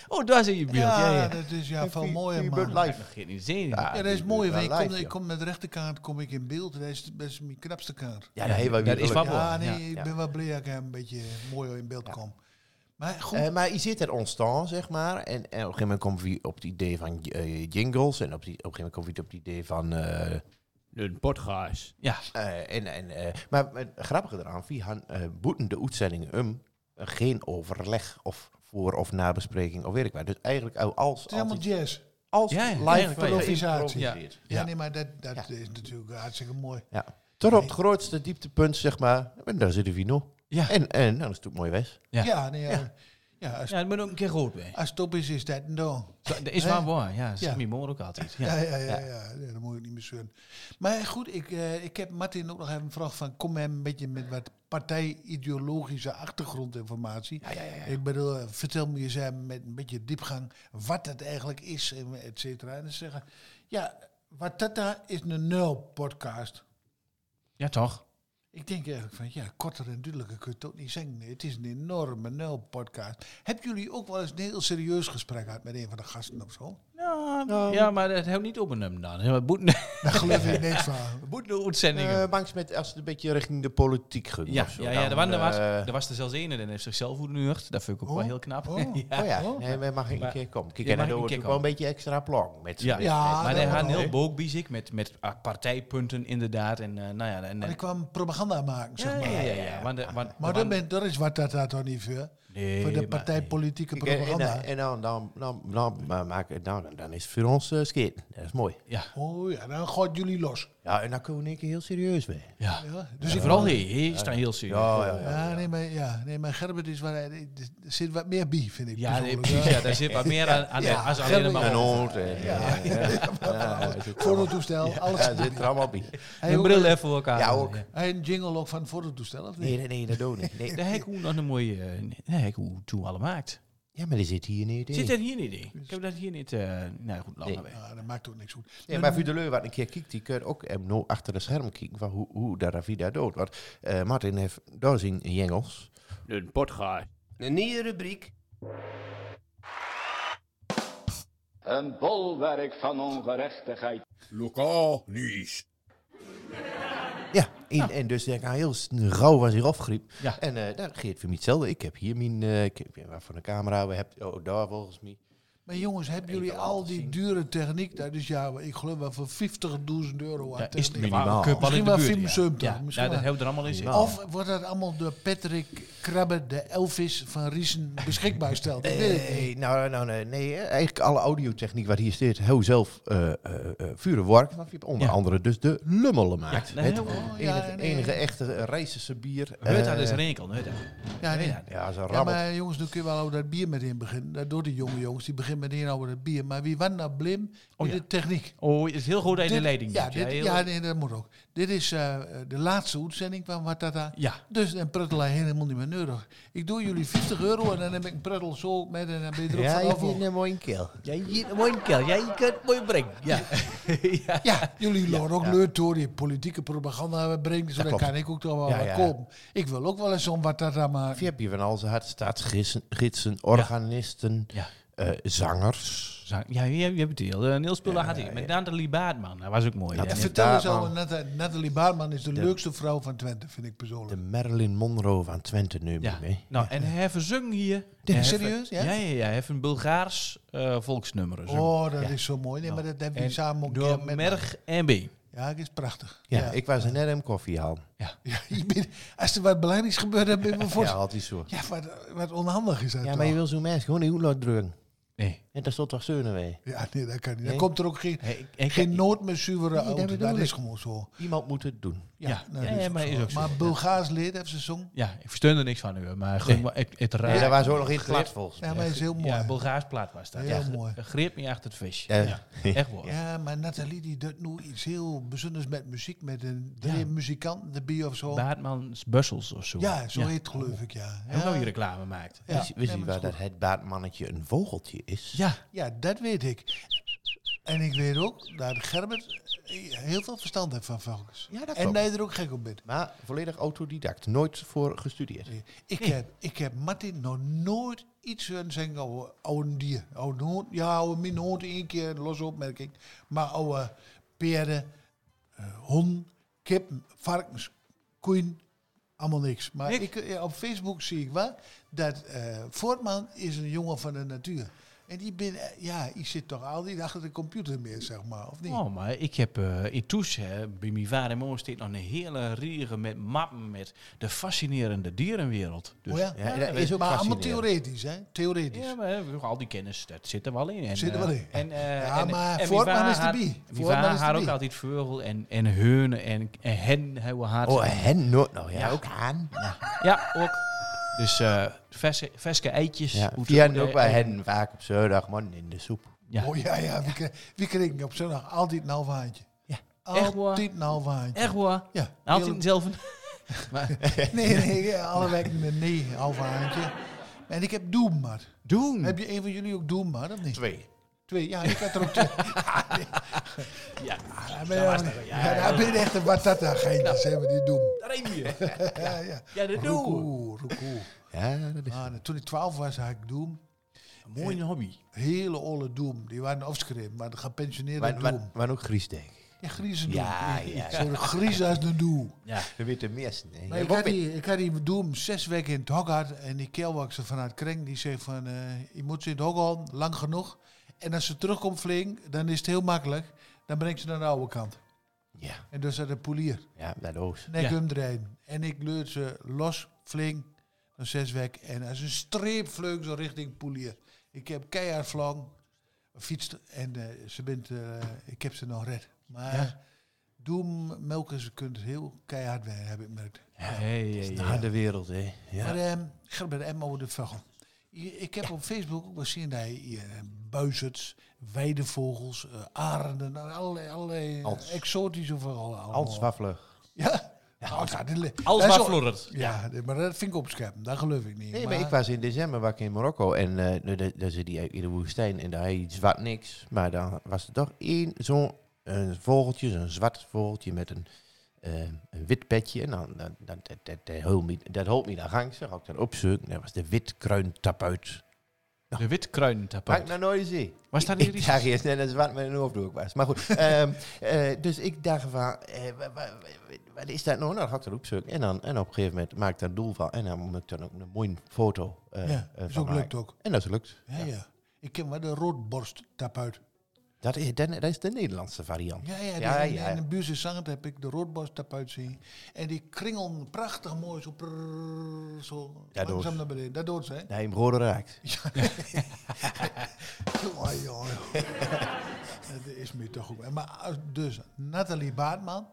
B: oh, daar zie je beeld. Ja,
F: Ja,
B: ja.
F: dat is ja veel mooier,
A: Bud
B: Ik
F: man.
A: Live.
B: heb geen idee.
A: Ja.
B: Ja,
F: Ja, dat is mooi. want Ik kom,
A: Live,
F: ik
A: joh.
F: kom met de rechterkaart kom ik in beeld. Dat is, dat is mijn knapste kaart.
A: Ja, nee, wij
B: dat
A: weer
B: is wat
A: gelukkig.
F: Ja,
B: ja,
F: nee, ik ben wel blij dat ik een beetje mooier in beeld kom. Maar goed,
A: Eh, maar je zit er ontstaan, zeg maar. En, en op een gegeven moment komt wie op het idee van eh, jingles. En op, die, op een gegeven moment komt wie op het idee van... eh,
B: een podcast. Ja,
A: eh, en, en, eh, maar het grappige eraan, wie han, eh, boeten de uitzendingen um, geen overleg of voor- of nabespreking of weet ik wat. Dus eigenlijk al- als,
F: het is helemaal
A: altijd-
F: jazz.
A: als
B: Ja, ja,
A: live
B: eigenlijk wel, ja.
A: improvisatie.
B: Ja.
A: Ja.
F: Ja,
A: Ja.
F: nee, maar dat, dat
A: Ja.
F: is natuurlijk hartstikke mooi.
A: Tot op het grootste dieptepunt, zeg maar. En daar zitten we nu.
B: Ja.
A: En, en nou, dat is natuurlijk mooi weg.
B: Ja.
F: Ja, nee, ja. ja, als,
B: ja dat moet ook een keer goed bij.
F: als het op is, is dat dan.
B: Dat is
F: Hè?
B: waar waar, ja. Dat is
F: Ja.
B: mijn moeder ook altijd. Ja.
F: Ja, ja, ja, ja. ja, dat moet ik niet meer zeuren. Maar goed, ik, eh, ik heb Martin ook nog even gevraagd van... kom hem een beetje met wat partijideologische achtergrondinformatie. Ik bedoel, eh, vertel me eens eh, met een beetje diepgang wat het eigenlijk is, en et cetera. En dan zeggen, ja, Watata is een nul-podcast.
B: Ja, toch?
F: Ik denk eigenlijk van, ja, korter en duidelijker kun je het ook niet zeggen. Het is een enorme nul-podcast. Hebben jullie ook wel eens een heel serieus gesprek gehad met een van de gasten of zo?
B: Ja,
F: Nou.
B: ja, maar dat houdt niet op een hem dan. We moeten <laughs>
F: Daar geloof ik niks van.
B: de uitzendingen.
A: Eh bangs met als het een beetje richting de politiek ging.
B: ja,
A: of zo,
B: ja, ja er,
A: dan,
B: waren- er was,
A: eh,
B: er was er zelfs een en heeft zichzelf uitgenuurd. Dat vind ik ook wel heel knap.
F: Oh.
B: <laughs> ja.
A: Oh ja, nee, wij mag een
B: Maar-
A: keer komen. Kijk,
B: Ja,
A: en
B: mag
A: dan
B: een
A: doen we
B: keer
A: natuurlijk wel een beetje extra plan. Met,
B: Ja.
A: met-
F: Ja,
A: met-
B: Maar
F: dat
B: hij
F: wel
B: had een
F: wel,
B: heel
F: hè?
B: boek bij zich met, met ah, partijpunten inderdaad. En, eh, nou ja, en,
F: Maar ik kwam propaganda maken,
B: ja,
F: zeg maar.
B: ja, ja, ja. Want, de- want,
F: Maar dat, ben, dat is wat dat daar toch niet voor.
B: Nee,
F: voor de
B: maar-
F: partijpolitieke
A: Kijk, en,
F: propaganda.
A: en, en dan, dan, dan, dan, maar maken- dan, dan is het voor ons eh skit. Dat is mooi.
B: Ja,
F: oh ja, dan gooit jullie los.
A: Ja, en dan kunnen we een keer heel serieus mee.
B: ja.
F: Ja, dus
B: Dus
F: ik-
B: vooral hij, hij is dan heel serieus.
A: Ja, ja, ja.
F: ja, nee, maar, ja, nee, maar Gerbert is waar, er zit wat meer bij, vind ik.
B: Ja, nee,
F: persoonlijk.
B: precies. Ja, daar zit wat meer aan, aan
F: Ja,
B: de, als
F: ja,
B: alleen
A: En
B: maar...
A: hoort. En, ja, ja, ja, ja, ja,
F: Fototoestel, alles.
A: ja, zit er allemaal bij.
F: Hij
B: Een
F: ook-
B: bril even voor elkaar.
A: Ja, ook.
F: Hij een jingle ook van fototoestel, of niet?
A: Nee, nee, nee, dat doen we niet. Nee.
B: De hek hoe nog een mooie... eh, De hek hoe toen alle maakt.
A: Ja, maar die zit hier niet in.
B: Zit dat hier niet in? Ik heb dat hier niet... eh nou goed, laat maar weg.
F: Ah, dat maakt ook niks goed.
A: Ja, maar voor de leu wat een keer kijkt, die kan ook hem nou achter de scherm kijken van hoe, hoe dat Ravida dood. Want eh, Martin heeft daar zien jengels.
B: Een potgaai.
I: Een nieuwe rubriek.
E: Een bolwerk van ongerechtigheid.
D: Lokaal nieuws.
A: Ja, en, en dus denk ik, ah, heel sn- rauw was hier afgriep.
B: Ja.
A: En eh dat geeft voor mij hetzelfde. Ik heb hier mijn, eh ik heb, ja, wat voor een camera we hebben, oh, daar volgens mij.
F: Maar jongens, hebben jullie al die dure techniek? Dat is ja, ik geloof wel voor 50.000 euro aan
B: Ja, is het
F: techniek.
A: minimaal.
B: minimaal.
F: Misschien wel 75,
B: Ja,
F: misschien
B: ja dat
F: wel.
B: hebben we er allemaal in zitten.
F: Of wordt dat allemaal door Patrick Krabbe, de Elvis van Riesen, beschikbaar gesteld? Ik weet het niet.
A: Nee, nou, nou, nee, nee, eh, eigenlijk alle audiotechniek wat hier staat, heel zelf eh eh eh, vuren werkt. Want je hebt onder
B: Ja.
A: andere dus de lummelen maakt.
B: Ja, dat
A: het
B: hebben we.
A: enige,
F: ja, nee.
A: enige echte eh, Rijssense bier.
B: Hut, dat
A: eh,
B: is Renkel. Hut, dat.
F: Ja, nee.
A: ja, ze
F: Ja,
A: rammelt.
F: maar jongens, nu kun je wel over dat bier meteen beginnen. Dat Door die jonge jongens, die beginnen meteen over dat bier. Maar wie wan nou blim?
B: Oh,
F: Met
B: ja.
F: De techniek.
B: Oh, het is heel goed dat je de
F: Dit-
B: leiding
F: ja,
B: doet. Ja,
F: dit-
B: heel-
F: ja, nee, dat moet ook. Dit is eh, de laatste uitzending van Watata.
B: Ja.
F: Dus een pruttel is helemaal niet meer nodig. Ik doe jullie 50 euro en dan heb ik een pruttel zo met en dan ben je er ook
A: Ja, je
F: vanaf.
A: vindt een mooie keel.
B: Ja, je mooi kel. Ja, je kunt het mooi brengen. Ja. ja.
F: Ja, jullie loren ook leuk door die politieke propaganda brengen. Zo, dan
A: klopt.
F: kan ik ook toch wel
A: Ja,
F: wat
A: ja.
F: komen. Ik wil ook wel eens zo'n Watata maken.
A: Je hebt hier van al zijn hart staatsgidsen, gidsen, organisten,
B: <laughs> Ja.
A: eh, zangers.
B: Zo, Ja, je, je hebt het heel. eh, Niels Puller had hij. Met Nathalie Baatman. Dat was ook mooi.
A: Dat
B: Ja.
A: is-
F: Vertel eens
A: Baarman.
F: over Nat- Nathalie Baarman is de, leukste vrouw van Twente, vind ik
A: De
F: persoonlijk.
A: Marilyn Monroe van Twente nu
B: Ja.
A: mee.
B: Nou, en hij verzong hier.
F: Dit
B: Hij
F: is
B: heeft-
F: serieus, ja?
B: Ja, ja, ja. Hij heeft een Bulgaars eh, volksnummer. gezongen.
F: Oh, dat is zo mooi. Nee, maar dat hebben we
B: En
F: samen ook
B: Door
F: keer met-
B: Merg en B.
F: Ja, het is prachtig.
A: Ja,
F: ja.
A: ik was er net hem koffie halen.
F: Ja, je bent- als er wat belangrijks gebeurt, dan ben je me voor.
A: Ja,
F: Ja,
A: altijd zo.
F: wat, wat onhandig is dat
A: Ja,
F: toch?
A: maar je wil zo'n mens gewoon niet laten drukken.
B: Nee.
A: En dat stond toch zeunen wij.
F: Ja, nee, dat kan niet. Dan
A: Nee.
F: komt er ook geen,
B: Hey, ik- ik-
F: geen nood meer zuivere
A: dat
F: auto.
A: bedoel
F: Dat is
A: ik.
F: gewoon zo.
A: Iemand moet het doen.
B: Ja, ja,
F: nou,
B: ja,
F: dat
B: maar
F: zo.
B: is ook zo.
F: Maar
B: ja.
F: Bulgaars lid heeft ze zong.
B: Ja, ik versteun er niks van u, maar gun me- het, het raar.
A: Nee, dat was ook nog in het glad volgens mij.
F: Ja, maar hij is heel mooi.
B: Ja,
F: Ja,
B: Bulgaars plaat was dat.
F: Heel
B: ja.
F: mooi.
B: Een Greep me achter het visje.
A: Ja.
B: Ja. Echt waar. Ja.
F: maar Nathalie die doet nu iets heel bijzonders met muziek. Met een drie muzikanten erbij of zo.
B: Baatmans Bussels of zo.
F: Ja, zo
B: ja.
F: heet het geloof ik, ja.
B: En nou
F: Ja,
B: je reclame maakt.
F: ja.
A: Wist, wist
F: Nee,
A: je
F: maar
A: waar
F: dat is
A: dat het baatmannetje een vogeltje is?
B: Ja.
F: goed. Ja, dat weet ik. En ik weet ook dat Gerbert heel veel verstand heeft van vogels.
A: Ja, dat
F: en
A: klopt.
F: dat je er ook gek op bent.
A: Maar volledig autodidact, nooit voor gestudeerd.
F: Ik, heb, ik heb Martin nog nooit iets horen zeggen over oude dier. Oude hond, ja, oude min hond één keer, een losse opmerking. Maar oude peren, eh honden, kippen, varkens, koeien, allemaal niks. Maar
B: Niks.
F: ik, eh, op Facebook zie ik wel dat eh, Voortman is een jongen van de natuur. En die ben, eh, ja, die zit toch al die dag achter de computer meer, zeg maar, of niet?
B: Oh, maar ik heb eh, in Toes, hè, bij mijn vader en moeder steekt nog een hele riege met mappen met de fascinerende dierenwereld. Dus,
F: Oh ja?
A: ja, dat is ook
F: maar allemaal
A: fascinerend.
F: theoretisch, hè? Theoretisch.
B: Ja, maar hè, al die kennis, dat zit er wel in. En,
F: Zit er wel
B: eh,
F: in.
B: En, eh,
F: Ja,
B: en, eh,
F: maar
B: en
F: Voortman
B: mijn
F: is de
B: vader
F: bie.
B: had- Mijn
F: Voortman
B: vader
F: is de
B: had ook
F: bie.
B: altijd vleugel en, en heunen en, en hen hebben we hard.
A: Oh, hen nooit. Nou ja,
B: Ja.
A: ook aan.
B: Ja, ook. Dus eh verse, verse eitjes.
A: Ja,
B: Hoe-
A: die
B: hoe-
A: hebben ook bij
B: eh,
A: hen vaak op zondag, man, in de soep.
B: Ja.
F: Oh ja, ja. Wie, kreeg, wie kreeg ik op zondag? Altijd een half haantje.
B: Ja, echt waar.
F: Altijd een half haantje.
B: Echt waar.
F: Ja.
B: Had hij
F: heel-
B: hem zelf een... maar,
F: Nou, <laughs> Nee, nee, ja, alle weken een nee, een half haantje. En ik heb doemmat.
B: doen.
F: Heb je een van jullie ook doemmat of niet?
A: Twee.
F: Twee, ja, ik had er <laughs> ook twee. ja, nee.
B: Ja,
F: Ja, ben je- ja, Nou. daar ben je echt een batata-geintjes, hè, met die doem.
B: daar heb je.
F: <laughs> Ja, ja.
B: Ja, dat doen.
F: Roekoe, roekoe.
A: Ja, dat is...
F: Ah, en toen ik twaalf was, had ik doem.
B: Mooie hobby.
F: Hele olle doem. Die waren afgeschreven, maar de gepensioneerde
A: Maar, maar,
F: doem.
A: maar ook griesdek.
F: Ja, griezen doem.
A: Ja, ja, ja.
F: Zo'n griezen als de doem.
B: Ja.
A: De witte mes. Nee.
F: Maar Nou, ik, had die, ik had die doem zes weken in het hok gehad. En die keelwakser vanuit Kring die zei van... eh, je moet ze in het hok houden, lang genoeg. En als ze terugkomt flink, dan is het heel makkelijk. Dan brengt ze naar de oude kant.
A: Ja,
F: En dus had de polier.
A: ja, dat ook.
F: Nek
B: Ja.
F: omdraaien. En ik leur ze los, flink. Dan zes weken. En als een streep vleug zo richting polier. Ik heb keihard vlang. Fietst. En eh, ze bent, eh, ik heb ze nog red. Maar... Doem, melken, ze kunt heel keihard werken, heb ik gemerkt.
B: Hey, hey,
A: De
B: hey.
A: harde wereld, hè. Ja.
F: Maar ehm Gerbert M. over de vogel. Je- Ik heb op Facebook ook wel zien dat je hier, eh, buizerds, weidevogels, eh, arenden, allerlei, allerlei eh,
A: Als.
F: exotische vogels. allemaal.
A: Hans Waffler.
F: Ja, Nou, ja, dit li-
B: Alles
F: dat is
B: waar
F: ook-
B: fladdert.
F: Ja, dit- maar dat vind ik opscheppen, daar geloof ik niet.
A: Nee, maar ik was in december was ik in Marokko en eh, daar- daar- daar zit hij in de woestijn en daar heet hij zwart niks. Maar dan was er toch één zo'n eh, vogeltje, zo'n zwart vogeltje met een, eh, een wit petje. En dan, dan, dan, dat, dat, dat, hield me- dat houdt me dan gang, zeg. Ook dat opzoeken, dat was de witkruintapuit.
B: De
A: Pak ik
B: witkruintapuit.
A: nou nooit zien.
B: Was dat
A: <laughs> Ik
B: niet
A: dacht eerst net dat het zwart met een hoofddoek was. Maar
F: <laughs>
A: goed, ehm, eh, dus ik dacht van, eh, wa- wa- wa- wat is dat nou? Nou, had ik dat opzoeken. En, dan, en op een gegeven moment maak ik daar een doel van. En dan moet ik dan ook een mooie foto eh, eh,
F: Ja,
A: van
F: is ook
A: maken.
F: lukt ook.
A: En dat lukt.
F: Ja, ja. Ik ken wel de roodborst tapuit.
A: Dat is, dat, dat is de Nederlandse variant.
F: Ja, ja,
A: Ja,
F: die-
A: ja.
F: in de buurt Zangt heb ik de roodborst tapuit zien. En die kringelen prachtig mooi zo, prrrr, zo
A: Ja, dood.
F: langzaam naar beneden. Dat doet ze, hè?
A: Dat hij hem rode raakt.
F: Jongen, jongen. dat is me toch ook. Maar als- dus, Nathalie Baartman.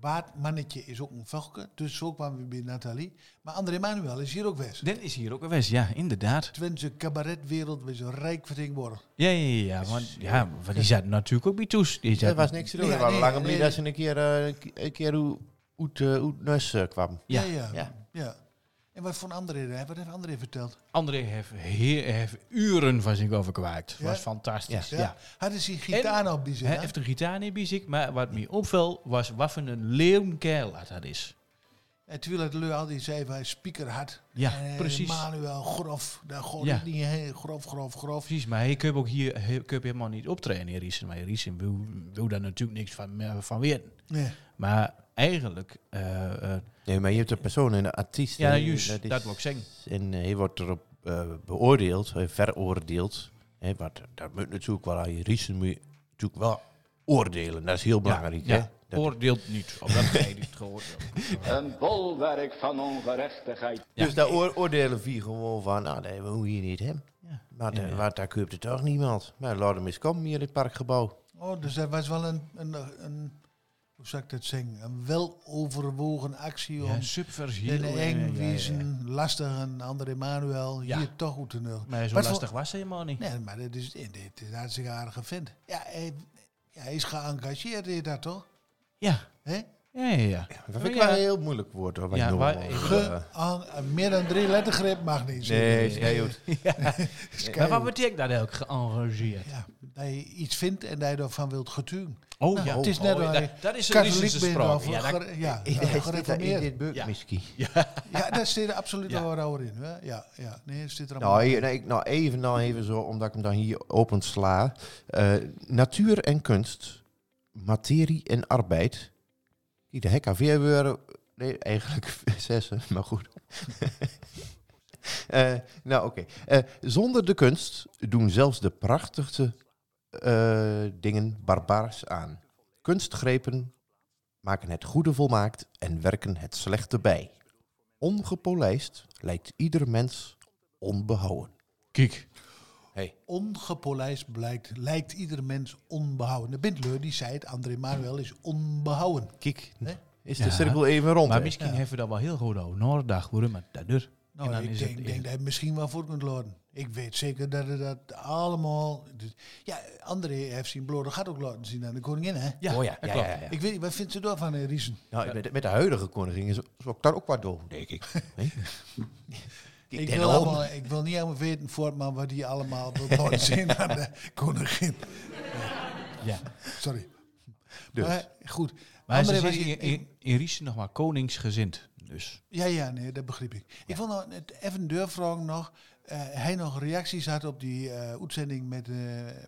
F: Baartmannetje is ook een velke. Dus zo kwamen we bij Nathalie. Maar André Manuel is hier ook weg.
B: Den is hier ook geweest, ja, inderdaad.
F: Twentse cabaretwereld was rijk vertegenwoordigd.
B: Ja, ja, ja, ja, want, ja, want die zaten natuurlijk ook bij Toes. Die
A: Er
B: zaten-
A: was niks te doen.
F: Ja,
A: Er waren
F: nee,
A: lang blij
F: nee.
A: dat ze een keer, eh, k- een keer hoe- hoe het, eh, hoe het neus eh, kwam.
B: Ja,
F: ja.
A: ja.
F: ja. En wat vond André? daar? Wat heeft André verteld?
B: André heeft, heer, heeft uren van zich overkwaakt.
F: Ja?
B: was fantastisch, ja.
F: Hadden ze gitaar nou bij zich,
B: Hij
F: hè?
B: heeft een gitaar in bezig, maar wat me opviel was wat voor een leeuwkerel dat is.
F: En terwijl het Leu al die zei van speaker hard.
B: Ja,
F: En
B: precies.
F: Manuel grof. Daar gooi
B: Ja.
F: ik niet heen. Grof, grof, grof.
B: Precies, maar hij kan ook hier hij kan helemaal niet optreden in Riesen. Maar Riesen wil, wil daar natuurlijk niks van, van weten.
F: Ja.
B: Maar eigenlijk, eh, eh,
A: Nee, maar je hebt de persoon en de artiest.
B: ja,
A: en eh,
B: juist,
A: dat
B: dat,
A: is-
B: wil ik zeggen.
A: En eh, hij wordt erop eh, beoordeeld, eh, veroordeeld. Hè, want dat moet natuurlijk wel aan je riesen, moet je natuurlijk wel oordelen. Dat is heel belangrijk. hè?
B: Ja,
A: Dat-
B: oordeelt niet.
A: <laughs>
B: Of dat hij niet geoordeeld.
E: Een bolwerk van ongerechtigheid.
A: dus daar oor- oordelen vier gewoon van, nou, dat hebben we hier niet hem. Maar de- wat, daar koopt het toch niemand. Maar laat hem eens komen hier in het parkgebouw.
F: Oh, dus dat was wel een, een, een hoe zou ik dat zeggen, een weloverwogen actie
B: Ja,
F: om
B: subversieel.
F: de Engwiezen,
B: Ja, ja, ja.
F: lastigen, André Manuel,
B: Ja.
F: hier toch goed te nul.
B: Maar zo
F: Wat voor-
B: lastig was hij helemaal niet.
F: Nee, maar dit is, dit is een hartstikke aardige vent. Ja, hij, ja, hij is geëngageerd in dat toch?
B: Ja,
F: Hè?
B: ja, ja. ja.
A: Dat vind ik
B: Oh, Ja.
A: wel een heel moeilijk woord. hoor, wat
B: Ja,
A: je
B: maar-
A: noemt.
F: Ge- aan- eh, meer dan drie lettergrip mag niet.
A: Nee, nee, goed.
B: Maar wat betekent dat ook, geëngageerd?
F: Ja, dat je iets vindt en dat je ervan wilt getuigen.
B: Oh
F: Nou,
B: ja,
F: het is
B: oh,
F: net
B: oh,
F: waar
B: dat-
F: je
B: dat is een
F: katholiek
B: Russische
F: bent
B: spraak.
F: of
B: <laughs> Ja, dat-
F: ge- ja,
A: Ik
F: eh,
A: dacht dat in
F: gereformeerd.
A: dit beuk
B: Ja.
A: misschien.
F: Ja, daar zit er absoluut
B: Ja.
F: wel wat over in. Hè? Ja, ja, nee, dat zit er allemaal
A: Nou, hier- nee, ik, nou even, nou even zo, omdat ik hem dan hier opent sla. Eh, natuur en kunst, materie en arbeid. Die de hek aan weerweuren. Nee, eigenlijk <laughs> zessen, maar goed. <laughs> Eh, nou, oké. Eh, zonder de kunst doen zelfs de prachtigste eh, dingen barbaars aan. Kunstgrepen maken het goede volmaakt en werken het slechte bij. Ongepolijst lijkt ieder mens onbehouden.
B: Kijk.
F: Ongepolijst blijkt, lijkt ieder mens onbehouden. De Bindleur die zei het, André Manuel is onbehouden.
A: Kijk,
F: Nee?
A: is
B: Ja.
A: de cirkel even rond.
B: Maar
A: hè?
B: misschien hebben we dat wel heel goed Nou, over nagedacht, worden, maar dat doet.
F: Nou,
B: En dan
F: ik
B: is
F: denk,
B: het-
F: denk dat hij misschien wel voor kunt laten. Ik weet zeker dat hij dat allemaal... dus- ja, André heeft zijn blote gat ook laten zien aan de koningin, hè?
B: Ja,
A: Oh ja,
B: dat
A: ja,
B: klopt.
A: ja, ja.
F: Ik weet niet, wat vindt ze daarvan, eh, Riesen?
A: Nou, met, met de huidige koningin is, is ook daar ook wat door, denk <laughs> ik. Nee? Die
F: Ik
A: den
F: wil,
A: hond.
F: allemaal, ik wil niet helemaal weten, Voortman, wat hij allemaal wil
A: <laughs>
F: laten zien aan de koningin.
B: Ja.
F: Sorry.
A: Dus.
F: Maar goed.
B: Maar
F: André
B: ze
F: was-
B: was dus in, in, in Riesen nog maar koningsgezind. Dus.
F: Ja, ja, nee, dat begreep ik. Ik wil nou net even een deurvraag nog. Eh, hij nog reacties had op die eh, uitzending met, eh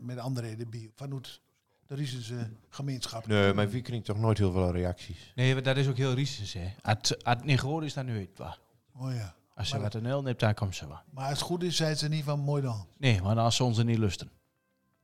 F: met André de Bier. Van het, dat is dus eh, gemeenschap.
A: Nee, maar wie krijgt toch nooit heel veel reacties?
B: Nee, want dat is ook heel Riesens, hè. Uit, uit Negro is dat nu het waar.
F: Oh ja.
B: Als ze
F: Maar
B: wat een heel neemt, dan komt ze wel.
F: Maar als het goed is, zei ze niet van mooi dan.
B: Nee, want als ze ons er niet lusten.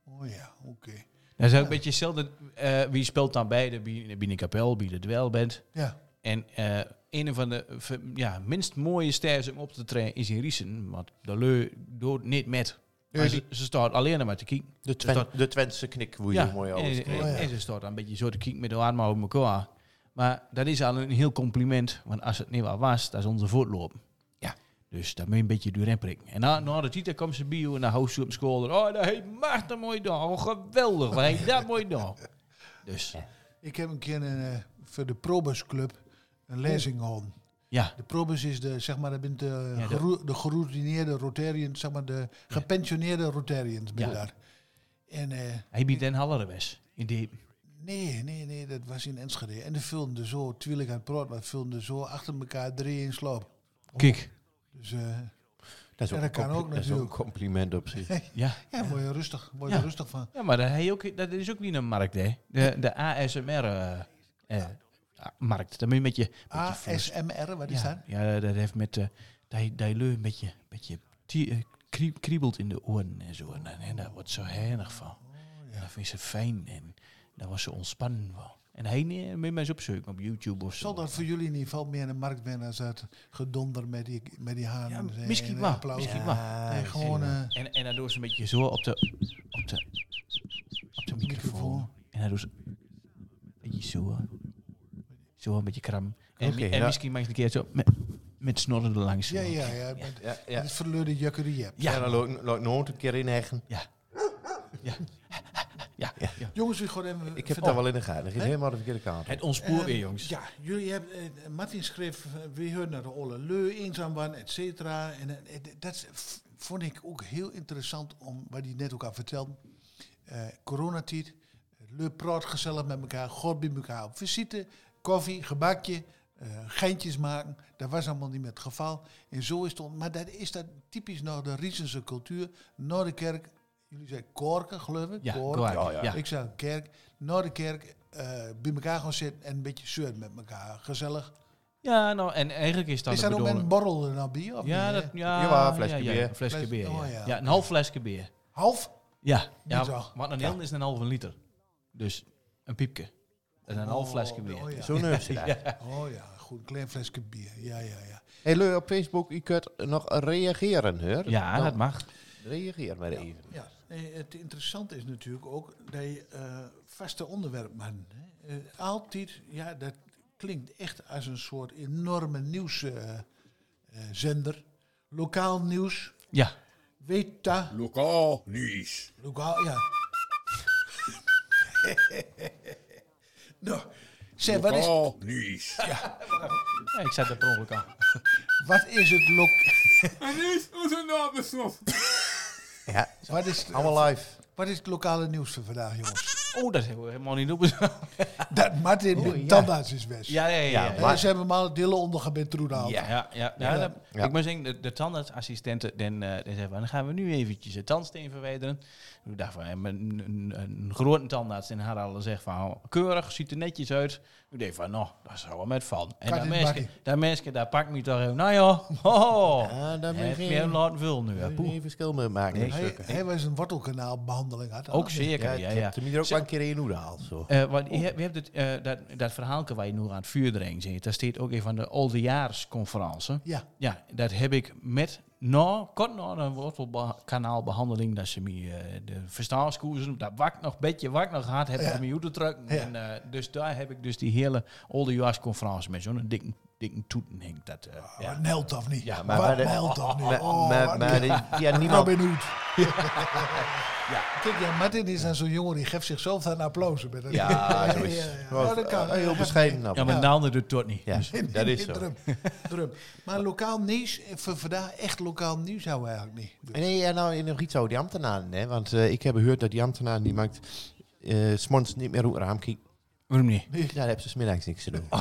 F: Oh ja, oké.
B: Dat is ook een beetje hetzelfde. eh, wie speelt dan bij de bij bij de kapel, bij de duel bent.
F: Ja.
B: En eh, een van de v- ja, minst mooie sters om op te trainen is in Riesen. Want de leu doet niet met. Maar
A: Nee,
B: ze, ze staat alleen maar te kijken.
A: De,
B: Twen-
A: de Twentse knik, hoe je
B: Ja,
A: mooi
B: en,
A: alles Oh
B: en,
A: kreeg.
B: en ze staat dan een beetje zo te kijken met de armen over elkaar. Maar dat is al een heel compliment. Want als het niet waar was, dat is onze voortlopen.
A: Ja.
B: Dus daar moet je een beetje doorheen prikken. En na, na de titel komt ze bio en dan houdt ze op school. Oh, dat heeft Maarten een mooi dag. Oh, geweldig. Wat heeft dat mooi dag. Dus
F: Ik heb een keer een, eh, voor de Probusclub een lezing gehouden.
B: ja.
F: De probus is de, zeg maar, dat bent de,
B: Ja, de-
F: geroe- de geroutineerde Rotarians, zeg maar, de gepensioneerde Rotarians ben
B: Ja.
F: daar. En eh,
B: Hij biedt Den Halleren best. In die,
F: Nee, nee, nee, dat was in Enschede. En de film er zo, tuurlijk aan het praten, maar film er zo achter elkaar drie in slaap.
B: Kijk.
F: Dus eh
A: Dat, is
F: Ja,
A: ook
F: dat
A: een
F: kan
A: compli- dat is ook
F: ook
A: een
F: natuurlijk.
A: compliment op zich.
B: Ja.
F: ja, word je rustig, word je
B: Ja.
F: rustig van.
B: ja, maar dat, hij ook, dat is ook niet een markt, hè. De, de eh, ASMR-markt. Dan ah, moet je met je... met je fles-
F: ASMR, wat is dat?
B: ja, ja, dat heeft met... eh dat je- dat je leu een beetje, beetje tie- eh, krie- kriebelt in de oren en zo. En, dan- en daar wordt ze heinig
F: Oh,
B: van. En dat vindt ze fijn. En daar was ze ontspannen van. En hij nee, moet je maar eens opzoeken op YouTube of zo.
F: Zal dat voor jullie niet veel meer in de markt wennen als dat gedonder met die, met die haan?
B: Ja,
F: en-
B: misschien
F: en
B: wel.
F: applaus?
B: Misschien wel.
F: Nee, gewoon eh
B: En, en dan doen ze een beetje zo op de, op de, op de microfoon.
F: Microfoon.
B: En dan doen ze een beetje zo. eh, Zo een beetje kram. En,
A: Oké,
B: en
A: ja.
B: misschien mag je een keer zo met, met snorren er langs.
F: eh, ja, ja, ja. met-
A: Ja, ja.
F: Het verleurde jukker die je hebt.
A: Ja, dan loop ik- loop ik nooit een keer in heggen.
B: Ja. Ja. Ja. ja.
F: Jongens, we gaan even...
A: Ik heb
F: vertel-
A: dat wel in de gaten. Dat gaat helemaal de verkeerde kant. op.
B: Het ontspoor
F: Ehm,
B: weer, jongens.
F: Ja, jullie hebben, eh, Martin schreef, eh, we horen naar de Olle Leu, eenzaam waren, et cetera. En eh, eh, dat is- v- vond ik ook heel interessant, om, wat hij net ook al vertelde. Eh coronatijd, Leu praat gezellig met elkaar, god bij elkaar op visite, koffie, gebakje, eh, geintjes maken. Dat was allemaal niet meer het geval. En zo is het, ont- maar dat is dat typisch naar de Riesense cultuur, naar de kerk. Jullie zijn korken, geloof ik.
B: Ja,
F: Korken.
B: Korken, Ja, ja. ja.
F: Ik zou kerk, naar de kerk, eh, bij elkaar gaan zitten en een beetje zeuren met elkaar. Gezellig.
B: Ja, nou, en eigenlijk is dat
F: is
B: de
F: dat ook met
B: bedoeling-
F: een borrel er nou bier? Of
B: Ja,
F: niet,
B: dat,
F: hè?
B: ja,
A: Jawel, flesje
B: ja, ja,
A: bier.
B: een flesje
F: Fles-
B: bier, ja.
F: oh, ja.
B: Ja, een half flesje bier.
F: Half?
B: Ja, ja
F: Niet zo.
B: want een heel is een halve liter. Dus een piepje. En een half flesje bier.
F: Oh ja.
A: Zo neus ze daar.
F: Oh ja, goed, een klein flesje bier. Ja, ja, ja.
A: Hey, Leu, op Facebook, je kunt nog reageren, hoor.
B: Ja,
A: Dan
B: dat mag.
A: Reageer maar even.
F: ja. Nee, het interessante is natuurlijk ook dat je eh, vaste onderwerpen hebt. hè. Eh, altijd, ja, dat klinkt echt als een soort enorme nieuwszender. Lokaal nieuws,
B: Ja.
F: weet dat.
D: Lokaal nieuws.
F: Lokaal, ja. <laughs> nou, Zeg, wat is,
D: Al nies.
B: Ja, ik zet het per ongeluk aan.
F: wat is het lok...
I: En nu is onze naam besloten.
A: Ja,
F: Wat is,
A: allemaal live.
F: wat is het lokale nieuws van vandaag, jongens?
B: Oh, dat hebben we helemaal niet <laughs> opgezet.
F: Dat Martin met
A: ja.
F: tandarts is weg.
B: Ja, ja, ja.
A: Ja,
B: ja.
F: Hè, ze hebben hem al het dille onder gebentroen gehaald.
B: Ja, ja, ja.
F: Ja.
B: dat-
A: Ja.
B: Ik moet zeggen, de, de tandartsassistenten dan, eh, dan zeggen van, dan gaan we nu eventjes de tandsteen verwijderen. Ik dacht van, eh, maar een, een, een grote tandarts in Haralden zegt van, oh, keurig, ziet er netjes uit. Ik denk van, nou, daar zou wel met van. En dat
F: Kat in het
B: meisje,
F: bakkie.
B: dat meisje, daar pakt me toch even, nou joh, oh,
A: Ja, daar
B: daar
A: ben
B: heb
A: ik
B: je
A: geen-
B: hem laten vullen nu. hè,
A: Daar
B: poeh.
A: moet je geen verschil mee maken.
B: Nee.
A: Dus,
F: Hij,
A: eh,
F: hij was een wortelkanaalbehandeling. Had,
B: Ook zeker, ja,
A: ja,
B: ja.
A: Toen heb je er ook
B: Zo-
A: maar een keer in je hoede haalt. Zo.
B: Eh, want je hebt, je hebt het, eh, dat, dat verhaalke waar je nu aan het vuur erin zit, dat staat ook een van de oldejaarsconferentie.
F: Ja.
B: Ja, dat heb ik met na, kort na een wortelkanaalbehandeling, dat ze me eh, de verstaanskoersen, dat wak nog beetje, wak nog hard, heb ik
F: Ja.
B: me uit te drukken.
F: Ja.
B: En, eh, dus daar heb ik dus die hele oldejaarsconferentie met zo'n dikke, dikke toeten hing. Dat, eh, ja.
F: Wat nelt of niet?
B: Ja,
A: maar-
F: wat
A: maar de-
F: nelt of niet?
A: Maar,
F: Oh,
A: maar,
F: wat
A: maar
F: <laughs> nelt.
A: die- ja,
F: Nou
A: niemand...
F: ben ik
A: <laughs>
F: ja. Kijk, ja, Martin is dan zo'n jongen die geeft zichzelf dan applaus. Met
A: Ja, zo is
F: <laughs> ja,
A: het.
F: ja.
A: Gewoon,
F: Nou, dat kan.
A: eh, Heel
F: <laughs>
A: bescheiden. nou.
B: ja, maar de ander doet het toch niet.
A: Ja,
B: Dus-
A: dat is zo.
F: Drum, drum. Maar lokaal nieuws, eh, voor vandaag echt lokaal nieuws houden we eigenlijk niet. Dus-
A: Nee, ja, nou nog iets over die ambtenaren. Hè? Want eh, ik heb gehoord dat die ambtenaren die maakt... eh, 's morgens niet meer uit het raam kijken.
B: Waarom niet?
A: Ja, daar hebben ze smiddags niks te doen.
F: <laughs>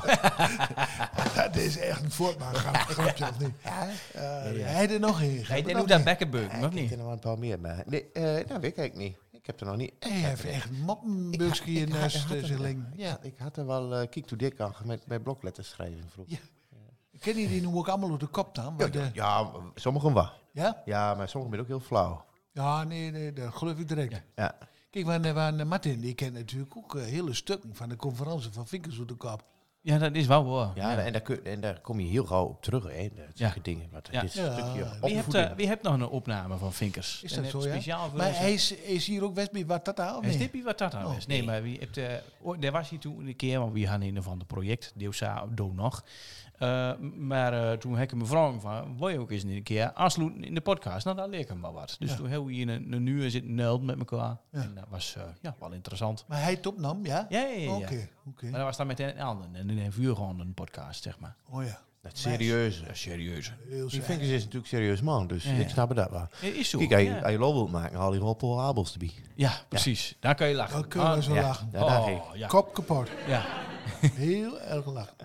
F: Dat is echt een voortmaakgrapje, of niet? Eh, Hij er nog in.
B: Hij deed ook dat bekkenbeuken, of
A: Ik
B: niet?
A: ken er wel een paar meer, maar... Nee, eh, nou, weet ik niet. Ik heb er nog niet...
F: Hij heeft echt moppenbuskie in naast eh, zijn ling.
A: Ja,
F: Ja.
A: ik had er wel eh kiek to dik aan met, met blokletters schrijven vroeger.
F: Ken je die nu ook allemaal door de kop dan?
A: Ja,
F: Maar de-
A: ja, sommigen wel.
F: Ja?
A: Ja, maar sommigen ben ook heel flauw.
F: Ja, nee, nee, dat geloof ik direct.
A: Ja.
F: Kijk, want, eh, want, eh, Martin, die kent natuurlijk ook eh, hele stukken van de conferentie van Vinkers door de kop.
B: Ja, dat is wel waar.
A: Ja, en, daar kun, en daar kom je heel gauw op terug. Hè, dat zulke
B: Ja.
A: dingen. Wat,
B: Ja.
A: Dit is
F: Ja.
A: een stukje
B: Wie hebt,
A: opvoeding.
B: eh, wie hebt nog een opname van Vinkers?
F: Is
B: En heb
F: dat zo,
B: je
F: ja?
B: Speciaal voor
F: Maar
B: ons-
F: hij is, is hier ook best mee wat dat aan?
B: Is dit niet wat dat nou
F: Oh,
B: is? Nee, maar wie hebt, eh, oh, daar was hij toen een keer, want we gaan in een van de project, Deusa Doe nog. Eh, maar eh, toen heb ik hem vragen van, wil je ook eens een keer aansluiten in de podcast? Nou, daar leek hem wel wat. Dus toen hebben we hier een, een uur zitten nullen met elkaar. En dat was eh, ja, wel interessant.
F: Maar hij het opnam, ja?
B: Ja, ja, ja. ja.
F: Oké, oké.
B: Maar dat was dan met een ander. En dan hebben we gewoon een podcast, zeg maar.
F: Oh ja.
A: Dat serieuze.
B: Ja, serieus.
F: Heel
A: Die
F: zacht.
A: Vinkers is natuurlijk serieus man, dus
B: ja.
A: ik snap dat wel.
B: Ja, is zo.
A: Kijk, als je, als
B: ja.
A: je lol wilt maken, haal je gewoon Paul Abels erbij.
B: ja, precies. Daar kan je lachen.
F: Dan kunnen we
B: Ah,
F: zo
A: ja.
F: lachen.
A: Ja, daar ging.
B: oh, ja.
F: Kop kapot.
B: ja.
F: Heel erg lachen.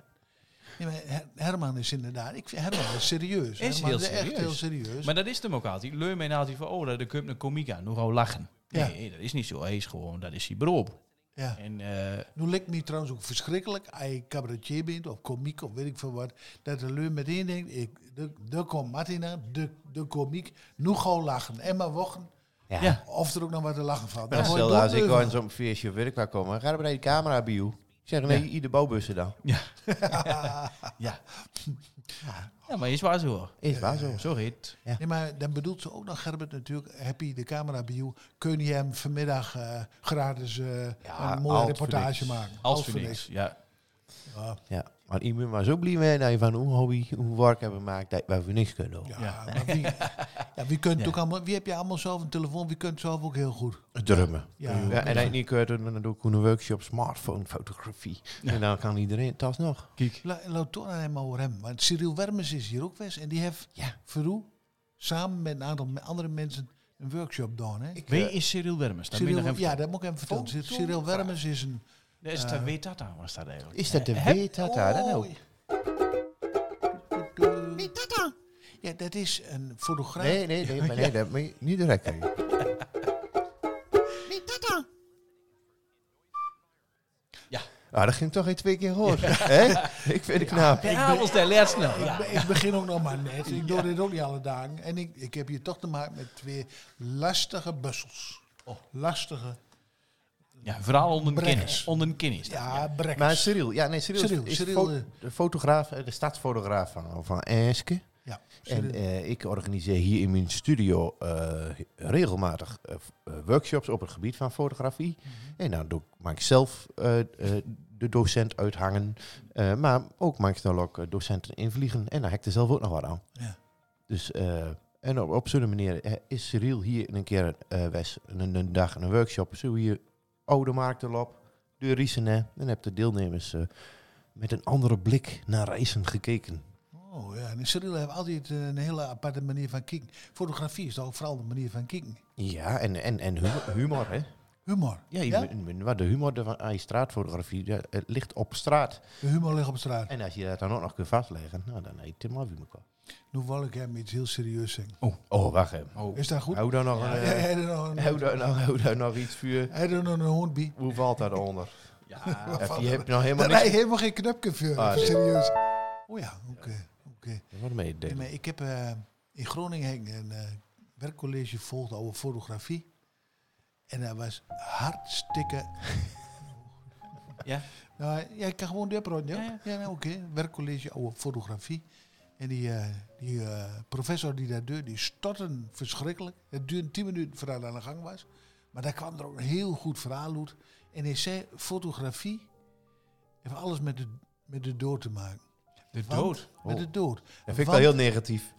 F: Nee, maar Her- Herman is inderdaad, ik vind Herman is serieus. Herman
B: heel
F: echt
B: serieus.
F: heel serieus.
B: Maar dat is hem ook altijd. Leur mij altijd van, oh, daar komt een komiek aan. Nu gaan we lachen.
F: Ja.
B: Nee, dat is niet zo. Hij is gewoon, dat is hij beroep.
F: ja.
B: En eh,
F: Nu lijkt me trouwens ook verschrikkelijk, als je cabaretier bent of komiek of weet ik veel wat, dat de leur meteen denkt, ik, de, de komt Martin aan, de, de komiek, nu gauw lachen en maar wachten.
A: Ja.
B: Ja.
F: Of er ook nog wat te lachen valt.
A: Maar
F: Dan word je
A: stel, als ik
F: doodleuk.
A: gewoon zo'n feestje of werk waar komen, ga er bij de camera bij jou. Ik zeg, nee, ieder bouwbussen dan.
B: ja. ja. Ja, maar is waar zo. hoor. Eh,
A: Is waar zo.
B: Zo heet.
F: Nee, maar dan bedoelt ze ook nog, Gerbert natuurlijk, heb je de camera bij jou, kun je hem vanmiddag eh, gratis eh,
A: Ja,
F: een mooie
A: als
F: reportage
A: voor niks.
F: maken.
B: Als
F: voor
B: voor niks. Ja.
A: Ja. Maar je moet maar zo blij mee dat je van hoe hobby, hoe werk hebben gemaakt, dat we voor niks kunnen doen.
F: Ja, maar wie, ja, wie, kunt ook allemaal, wie heb je allemaal zelf een telefoon, wie kunt zelf ook heel goed.
A: Drummen.
F: Ja.
A: Ja. en als je niet kunt, doen, dan doe ik een workshop smartphone fotografie. En dan kan iedereen het alsnog.
F: La- Laat toch aan hem over hem, want Cyril Wermes is hier ook geweest en die heeft voor u samen met een aantal me- andere mensen een workshop gedaan. Hè?
G: eh,
B: Wie is Cyril Wermes? Dat
F: Cyril-
B: ben ik nog
F: ja,
B: even-
F: dat moet ik hem vertellen. Cyr- Cyril Wermes is een...
B: Dat is de weet dat dan, was dat eigenlijk.
A: Is dat de Wetata? Dat ook?
G: Wie dat dan?
F: Ja, dat is een fotograaf.
A: Nee, nee, nee, maar nee, dat moet je niet direct zeggen.
G: Wie dat dan?
A: Ah, dat ging toch geen twee keer horen. hè? Ik vind het knap.
B: Ja, was de leert snel.
F: Ik,
B: Ja.
F: be- ik begin ook nog maar net. Ik doe dit ook niet alle dagen. En ik, ik heb hier toch te maken met twee lastige bussels.
G: Oh.
F: Lastige,
B: ja, vooral onder een
F: Brechts.
B: kennis. Onder een kennis.
F: ja, brekkers.
A: Maar Cyril, ja, nee, Cyril, is-
F: Cyril,
A: is
F: Cyril,
A: fo-
F: eh.
A: de fotograaf, eh, de stadsfotograaf van, van Eske.
F: ja,
A: En
F: Cyril.
A: eh, ik organiseer hier in mijn studio eh, regelmatig eh, f- eh, workshops op het gebied van fotografie. En dan doe ik, maak ik zelf eh, eh, de docent uithangen. Eh, maar ook maak ik dan ook eh, docenten invliegen. En daar heb ik er zelf ook nog wat aan.
F: Ja.
A: Dus, eh, en op, op zo'n manier eh, is Cyril hier in een keer eh, Wes, een, een dag een workshop. Zo hier Oude Markt erop. de Riesenaar en heb de deelnemers eh, met een andere blik naar reizen gekeken.
F: Oh ja, en Cyril heeft altijd eh, een hele aparte manier van kijken. Fotografie is toch ook vooral de manier van kijken.
A: Ja, en, en, en humor, humor hè?
F: Humor.
A: Ja, je moet- moet- wat de humor ervan aan je straatfotografie ja, het ligt op straat.
F: De humor ligt op straat.
A: En als je dat dan ook nog kunt vastleggen, nou, dan heet het maar wie elkaar.
F: Nu wil ik hem iets heel serieus zeggen.
A: Oh, oh, wacht even.
F: Is dat goed?
A: Hou daar nog, een,
F: Ja,
A: eh,
F: hij doet nog
A: <laughs>
F: een-
A: hou daar nog, hou daar nog iets voor.
F: Hij doet nog een hondbie.
A: Hoe valt dat onder? <laughs>
B: Ja,
A: Heb je hebt nog helemaal
F: Daar
A: niks.
F: hij helemaal geen knopje voor.
A: Ah,
F: even
A: nee.
F: serieus. Oh ja, oké. oké.
A: Wat mee
F: Nee, maar ik heb eh, in Groningen heb ik een eh, werkcollege gevolgd over fotografie. En dat was
A: <laughs>
F: hartstikke...
B: Ja.
F: Nou, ja, ik kan gewoon doorbroden, ja.
B: Ja,
F: Ja,
B: ja.
F: nou, oké. Werkcollege over fotografie. En die, eh, die eh, professor die daar deed, die stortte verschrikkelijk. Het duurde tien minuten voordat hij aan de gang was. Maar daar kwam er ook een heel goed verhaal uit. En hij zei, fotografie heeft alles met de, met de dood te maken.
B: de
F: Want-
B: dood.
F: Met de dood.
A: Oh. Dat vind ik wel
F: Want-
A: heel negatief.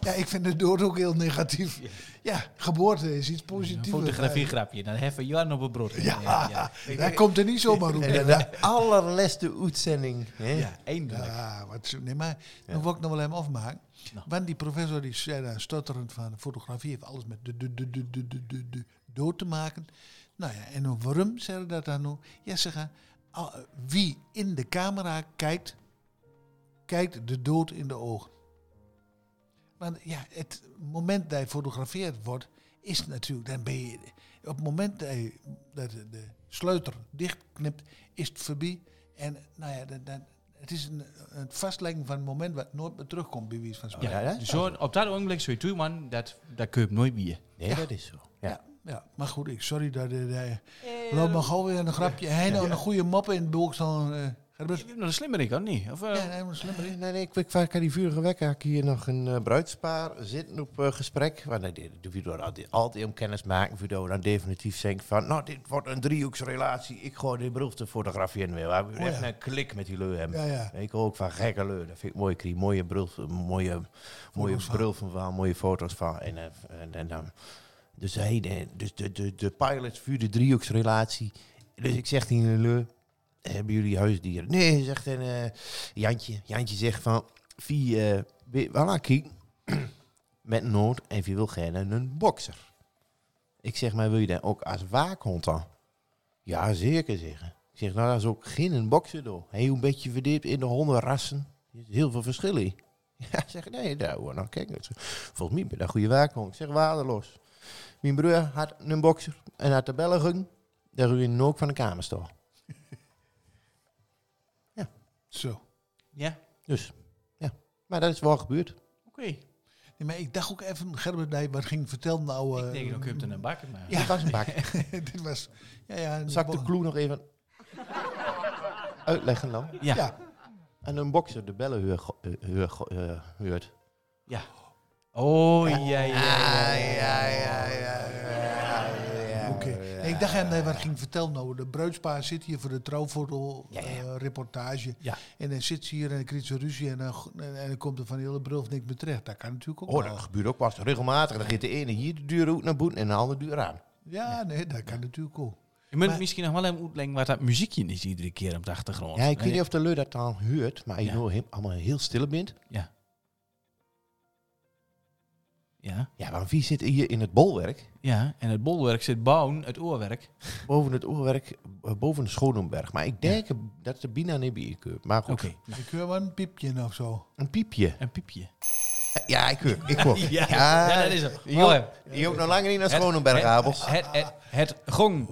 F: ja, ik vind de dood ook heel negatief. Ja, geboorte is iets
B: Een
F: positiefs.
B: fotografiegrapje. Dan heffen Jan op een brood. Ja, ja. ja.
F: Hij komt er niet zomaar op.
A: En de allerleste uitzending. Hè?
B: eindelijk. Nou.
F: Ja, wat, zo- nee, maar dan wil ik nog wel hem afmaken. Want die professor die zei dan stotterend van fotografie heeft alles met de, de, de, de, de, de, de, de dood te maken. Nou ja, en waarom zeggen dat dan nou? Ja, ze gaan, al- wie in de camera kijkt, kijkt de dood in de ogen. Want ja, het moment dat je fotografeerd wordt, is natuurlijk, dan ben je, op het moment dat, je, dat de, de sleuter dichtknipt, is het voorbij. En nou ja, dan, dan- het is een, een vastleggen van een moment wat nooit meer terugkomt, bij wijze van spreken. Dus
A: Ja, dat is
B: Zo, op dat ogenblik zou je toe, man, dat, dat kun je nooit bieden.
A: Nee, dat is zo. Ja.
F: Ja, maar goed, ik, sorry dat... eh, dat- loop maar gauw weer een grapje. Hij nou een goede mop in het boek zo'n... eh, Gerbert.
B: Je bent nog een slimmerik, of niet? Of, eh,
F: Ja, nee, maar slimmer.
A: Nee, nee, ik, ik, ik aan die vurige wekker. Ik hier nog een eh, bruidspaar zitten op eh, gesprek. Want dat doe je door altijd, altijd om kennis maken. Voor dat we dan definitief zeggen van, nou, dit wordt een driehoeksrelatie. Ik gooi die beroefde fotografie in. We hebben echt een klik met die leu hebben.
F: Ja, ja.
A: Ik hou ook van gekke leu. Dat vind ik mooi. Ik krijg mooie brul, mooie, mooie brul van, van, mooie foto's van. En, eh, en, en dan... Dus, hij, de, dus de, de, de pilots vuur de driehoeksrelatie. Dus ik zeg tegen de leur, hebben jullie huisdieren? Nee, zegt een eh, Jantje. Jantje zegt van, wie eh wil voilà, King, <clears throat> met een noot en wie wil gerne een bokser? Ik zeg, maar wil je dat ook als waakhond dan? Ja, zeker zeggen. Ik zeg, nou, dat is ook geen een bokser door. Heel beetje verdiept in de hondenrassen. Er is heel veel verschil in. <laughs> Ja, ik zeg, nee, daar hoor, nou kijk. Volgens mij ben je dat een goede waakhond. Ik zeg, waardeloos. Mijn broer had een bokser en had de bellen ging. Daar ruïne ook van de kamer staan.
F: Zo.
B: ja.
A: Dus, ja. Maar dat is wel gebeurd.
B: Oké.
F: Nee, maar ik dacht ook even, Gerbert, dat je wat ging vertellen nou...
B: Ik
F: eh,
B: denk, dan kun je het in een bakker maken.
A: Ja. Dit was een
B: <laughs>
A: bak.
F: <laughs> dit was... Ja, ja,
A: Zal ik de
F: bo-
A: clue nog even <laughs> uitleggen dan?
B: Ja.
F: Ja.
A: En een bokser de bellen heur- eh, heur- eh, heurt.
B: Ja. Oh, ja, ja, ja.
F: Oké. Nee, ik dacht aan dat wat ging vertellen. Nou, de bruidspaar zit hier voor de trouwfoto-reportage.
B: Ja.
F: En dan zit ze hier en dan krijgt ze ruzie en dan, en, en dan komt er van de hele brul niks meer terecht. Dat kan natuurlijk ook
A: Oh,
F: wel.
A: dat gebeurt ook pas regelmatig. Dan gaat de ene hier de deur uit naar boeten en de andere deur aan.
F: Ja, nee, dat kan natuurlijk ook.
B: Je moet
F: Maar-
B: misschien nog wel even uitleggen wat dat muziekje is iedere keer op de achtergrond. Eh,
A: Ja, ik weet niet of de leur dat dan heurt, maar je
B: Ja.
A: hoort hem allemaal heel stil bent.
B: Ja. Ja.
A: Ja, maar wie zit hier in het bolwerk?
B: Ja, en het bolwerk zit bouwen, het oorwerk.
A: Boven het oorwerk, eh, boven de Schoonenberg. Maar ik denk dat de Bina niet bij keurt. Maar goed,
B: Oké.
F: Ik hoor wel een piepje of zo.
A: een piepje.
B: Een piepje.
A: <laughs> Ja, ik keur. Ik hoor.
B: Ja, ja, dat is het.
A: Die
B: Mooi.
A: ook- Die ook nog langer niet naar Schonenberg, Abels.
B: Het, het, het, het gong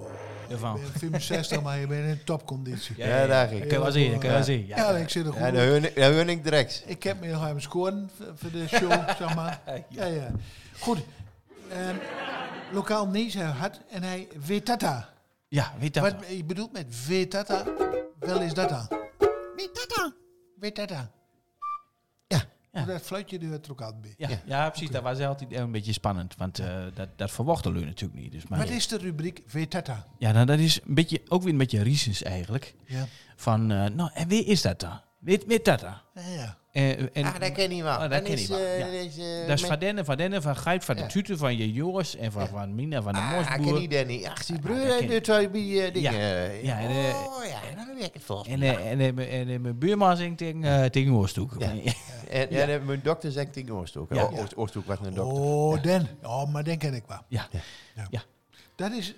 B: ervan.
F: Ik ben 65, maar je bent in topconditie.
A: Ja, daar ging
B: Kun
A: ik.
B: je wel zien, kun je wel zien.
F: Ja,
B: Ja,
F: ik zit er goed
A: Ja,
F: op.
A: dan hoor ik- dan hoor ik direct.
F: Ik heb me nog aan scoren v- voor de show, zeg maar. Ja, ja. Goed. Ehm, lokaal Nees hij had en hij weet dat daar.
B: ja weet dat wel.
F: Wat je bedoelt met weet dat daar, wel is dat daar.
G: Weet dat dan?
F: Weet dat daar.
A: Ja.
F: Ja. Dat fluitje die hoort er ook altijd bij.
B: Ja, ja. precies. Dat was altijd een beetje spannend. Want eh, dat, dat verwachten jullie natuurlijk niet. Dus, maar
F: Wat is de rubriek weet dat daar?
B: Ja, nou, dat is een beetje, ook weer een beetje riesus eigenlijk.
F: Ja.
B: Van, eh, nou, en wie is dat dan? Met, met Tata.
F: Ja.
B: En, en,
A: Ah, dat ken je wel.
B: Ah, dat
A: Dan
B: ken je
A: is,
B: wel,
A: eh,
B: ja.
A: dat is, eh,
B: dat is
A: met-
B: van Denne, van Denne, van Gijp, van
A: Ja.
B: de Tuten, van je Joris en van, van Mina, van de
A: Ah, ik ken
B: Mosboer.
A: die Danny. Ach, zijn broer
B: Ah, dat
A: heeft
B: ken
A: de
B: ik.
A: twee bier dingen.
B: ja, en, eh,
A: oh ja, dan werkt het volgens
B: En,
A: mij.
B: eh, en, eh, mijn- en, eh, mijn buurman zingt tegen, eh, tegen Oorstoek.
A: Ja. En, en, eh, mijn dokter zegt tegen Oosthoek.
B: Ja.
A: Ja. Oosthoek was een dokter.
F: Oh, Den. Oh, maar Den ken ik wel.
B: Ja.
F: Dat is,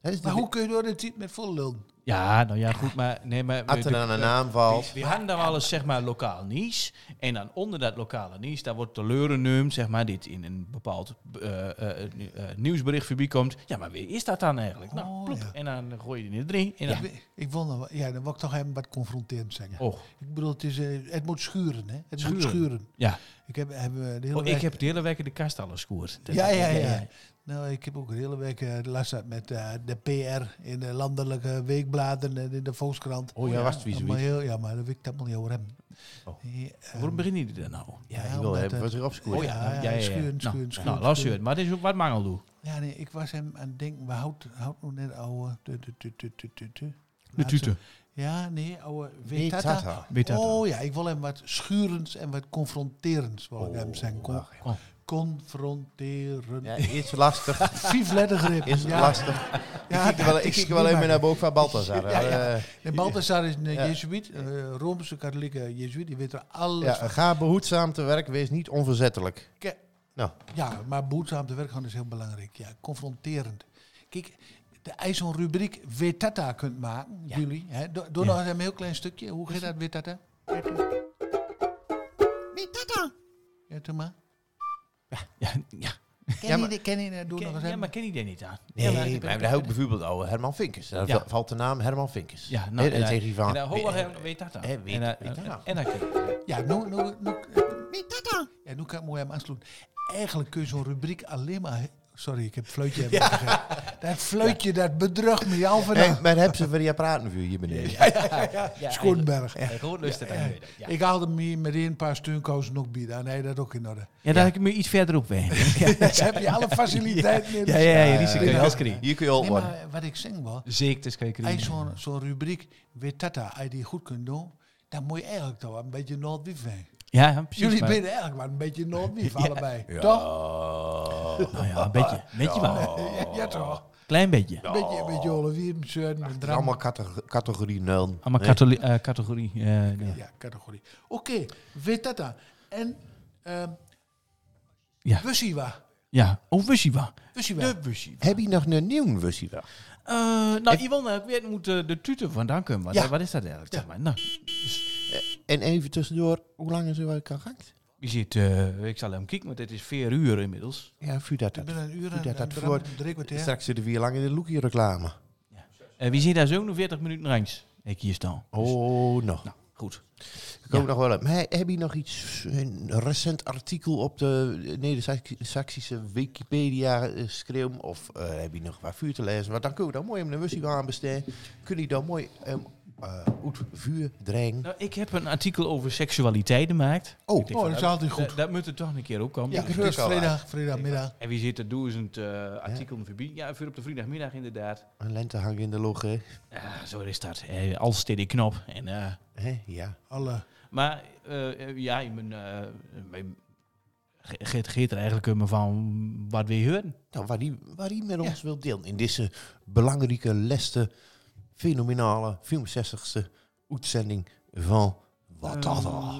A: Dat is
F: maar
A: die-
F: hoe kun je door de tijd met vol lullen?
B: Ja, nou ja, goed, maar... Nee, maar
A: Als er
B: de-
A: dan een naam valt.
B: We hangen dan wel eens zeg maar, lokaal nieuws. En dan onder dat lokale nieuws, daar wordt de leurenum, zeg maar, dit in een bepaald eh, eh, eh, nieuwsbericht voorbij komt. Ja, maar wie is dat dan eigenlijk? nou,
F: Oh,
B: ploep.
F: ja.
B: En dan gooi je die in de drie. En dan,
F: Ik, ik wil nog, wel- ja, dan wil ik toch even wat confronterend zeggen.
B: Oh,
F: Ik bedoel, het, is, eh, het moet schuren, hè? Het moet
B: Schuren.
F: schuren.
B: ja.
F: Ik heb, heb, eh, de hele
B: Oh, ik
F: week-
B: heb de hele week in de kast al gescoord. Dat-
F: Ja, ja, ja. Nou, ik heb ook de hele week eh, last gehad met eh, de PR in de landelijke weekbladen en in de Volkskrant.
A: Oh ja, was het wie
F: Maar
A: zoiets.
F: heel, ja, maar dat wil ik dat maar niet over hebben.
B: Oh.
F: Ja, eh,
B: Waarom beginnen jullie daar nou?
A: Ja, ik
F: omdat
A: wil hebben
F: het- Oh,
A: wat erop scoort.
F: schuren,
B: Nou,
F: schuren, schuren,
B: Nou, laat
F: schuren.
B: het. Maar dit is ook wat mangel doe.
F: Ja, nee, ik was hem aan het denken, we houdt houdt nog nou net oude... tu- tu- tu- tu- tu- tu- tu.
B: De tute.
F: Ja, nee, oude
A: Weet dat
F: Wetata.
A: nou?
B: Weet dat dan.
F: Oh ja, ik wil hem wat schurends en wat confronterends, wil ik hem zeggen. Con-
B: Oh.
F: Confronteren.
A: Ja, is lastig.
F: Vief lettergrip.
A: Is
F: ja.
A: lastig.
F: Ja,
A: ik kijk er wel,
F: dat
A: ik
F: is
A: kijk er
F: niet
A: wel even
F: makkelijk.
A: naar boven van Balthazar. Eh,
F: Ja,
A: Ja,
F: ja. Nee, Balthasar is een
A: Ja.
F: jezuïet, eh, Roomse katholieke jezuïet. Die weet er alles
A: ja,
F: van.
A: ga behoedzaam te werk, wees niet onverzettelijk.
F: Ke-
A: Nou.
F: Ja, maar behoedzaam te werk gaan is heel belangrijk. Ja, confronterend. Kijk, de als je zo'n rubriek Wetata kunt maken, jullie. Hè, doe doe
B: Ja.
F: nog eens een heel klein stukje. Hoe gaat dat Wetata?
G: Weet dat dan?
F: Ja, doe maar.
B: Ja, ja.
A: Ja,
F: Ken je
A: maar-
F: die- ken je die- doe nog eens
B: ja,
F: even.
B: maar ken je die niet aan?
A: Nee,
B: Ja,
A: maar daar houdt bijvoorbeeld oude Herman Vinkers. Daar
B: Ja.
A: valt de naam Herman Vinkers.
B: Ja,
A: Hè,
B: nou,
A: dan zeg je van...
B: En dan hoor
A: eh,
B: hem, weet dat dan.
A: Hè, weet-
B: En dan-
A: weet dat dan.
B: En dan kun je-
F: Ja, nou, nou, nou,
G: Weet dat dan?
F: ja, nu kan ik mooi hem aansluiten. Eigenlijk kun je zo'n rubriek alleen maar... Sorry, ik heb het fluitje even gezegd. Dat fluitje, dat bedrug me jou nou.
A: Hey,
F: vandaag.
A: eh, maar heb ze van die apparaten voor hier beneden?
B: Ja,
F: Schoenberg.
B: Ja, gewoon lustig aan je weten, ja.
F: Ik haalde hem hier met een paar steunkozen nog bieden. Ah, nee, dat ook in orde.
B: Ja, daar heb ik me iets verder op mee.
F: <laughs> Ze hebben je alle faciliteiten in.
B: Ja, ja, ja, die
A: Eh,
B: zie ik als kreeg.
A: Hier kun je al
F: Nee,
A: worden.
F: maar eh, wat ik zeg wel,
B: <laughs> Zeker kan je
F: als je
B: krijgen.
F: zo'n zo'n rubriek, weet dat dat, als je die goed kunt doen, dan moet je eigenlijk toch wel een beetje Noordwief zijn.
B: Ja, ja, precies.
F: Jullie
B: maar-
F: binnen eigenlijk wel een beetje Noordwief, allebei. Toch?
A: Toch?
B: Nou ja, een beetje. Een beetje wel.
F: <laughs> Ja, ja, toch?
B: Klein beetje.
F: Een beetje, een
B: Oh.
F: beetje Olivierum, Zeun, een drama.
A: Allemaal cate- categorie nul.
B: Allemaal
A: Nee.
B: catholi- eh, categorie. eh, nee.
F: Ja, categorie. Oké, weet dat dan. En, ehm
B: Ja.
F: Bussiwa.
B: Ja, oh, Wussiwa.
F: Bussiwa.
B: De Wussiwa.
A: Heb je nog een nieuw versie wel?
B: Eh, nou, Yvonne, ik weet, moet eh, de tuten vandaan komen. Wat,
F: Ja.
B: wat is dat eigenlijk?
F: Ja.
B: Zeg maar. Nou,
A: En even tussendoor, hoe lang is er wel aan gang?
B: je ziet, eh, ik zal hem kijken, want het is vier uur inmiddels.
A: Ja, vuur dat.
F: Ik
A: dat.
F: ben een uur
A: Goed,
F: en
A: dat
F: en
A: dat
F: drie-
A: voor-
F: drie kwartier.
A: Straks zitten we hier lang in de Loekie reclame.
B: Eh, wie zit daar zo'n 40 minuten langs? Ik hier staan.
A: Oh, nog.
B: Nou, goed.
A: Ik hoop nog wel. op. Maar heb je nog iets, een recent artikel op de Neder-Saxische Wikipedia eh, schreeuw? Of eh, heb je nog wat vuur te lezen? Want dan kunnen we dan mooi hem een wussie aan besteden. Kun je dan mooi ehm eh, uit vuur dreigen?
B: Nou, ik heb een artikel over seksualiteit gemaakt.
A: Oh,
B: Ik denk
F: oh,
B: van,
F: dat is
B: eh,
F: altijd goed.
B: Dat, dat moet er toch een keer ook komen.
F: Ja,
A: Ik
F: het
A: hoor
F: is
A: het al
F: vrijdag, vrijdagmiddag.
B: En wie zit er duizend eh artikelen voorbij? Ja, voor op de vrijdagmiddag inderdaad.
A: Een lente hangen in de log, hè?
B: Ja, zo is dat. Eh, al steed die knop. En, eh,
A: Hè, Ja.
F: Alle.
B: maar eh, eh, ja, in mijn, eh, mijn- Ge- Geert, Geert er eigenlijk me van wat we horen.
A: Nou, waar die, waar die met ons wil delen. In deze belangrijke, leste, fenomenale, 64ste uitzending van...
B: Mm.
A: Wat dat al?
F: Oh,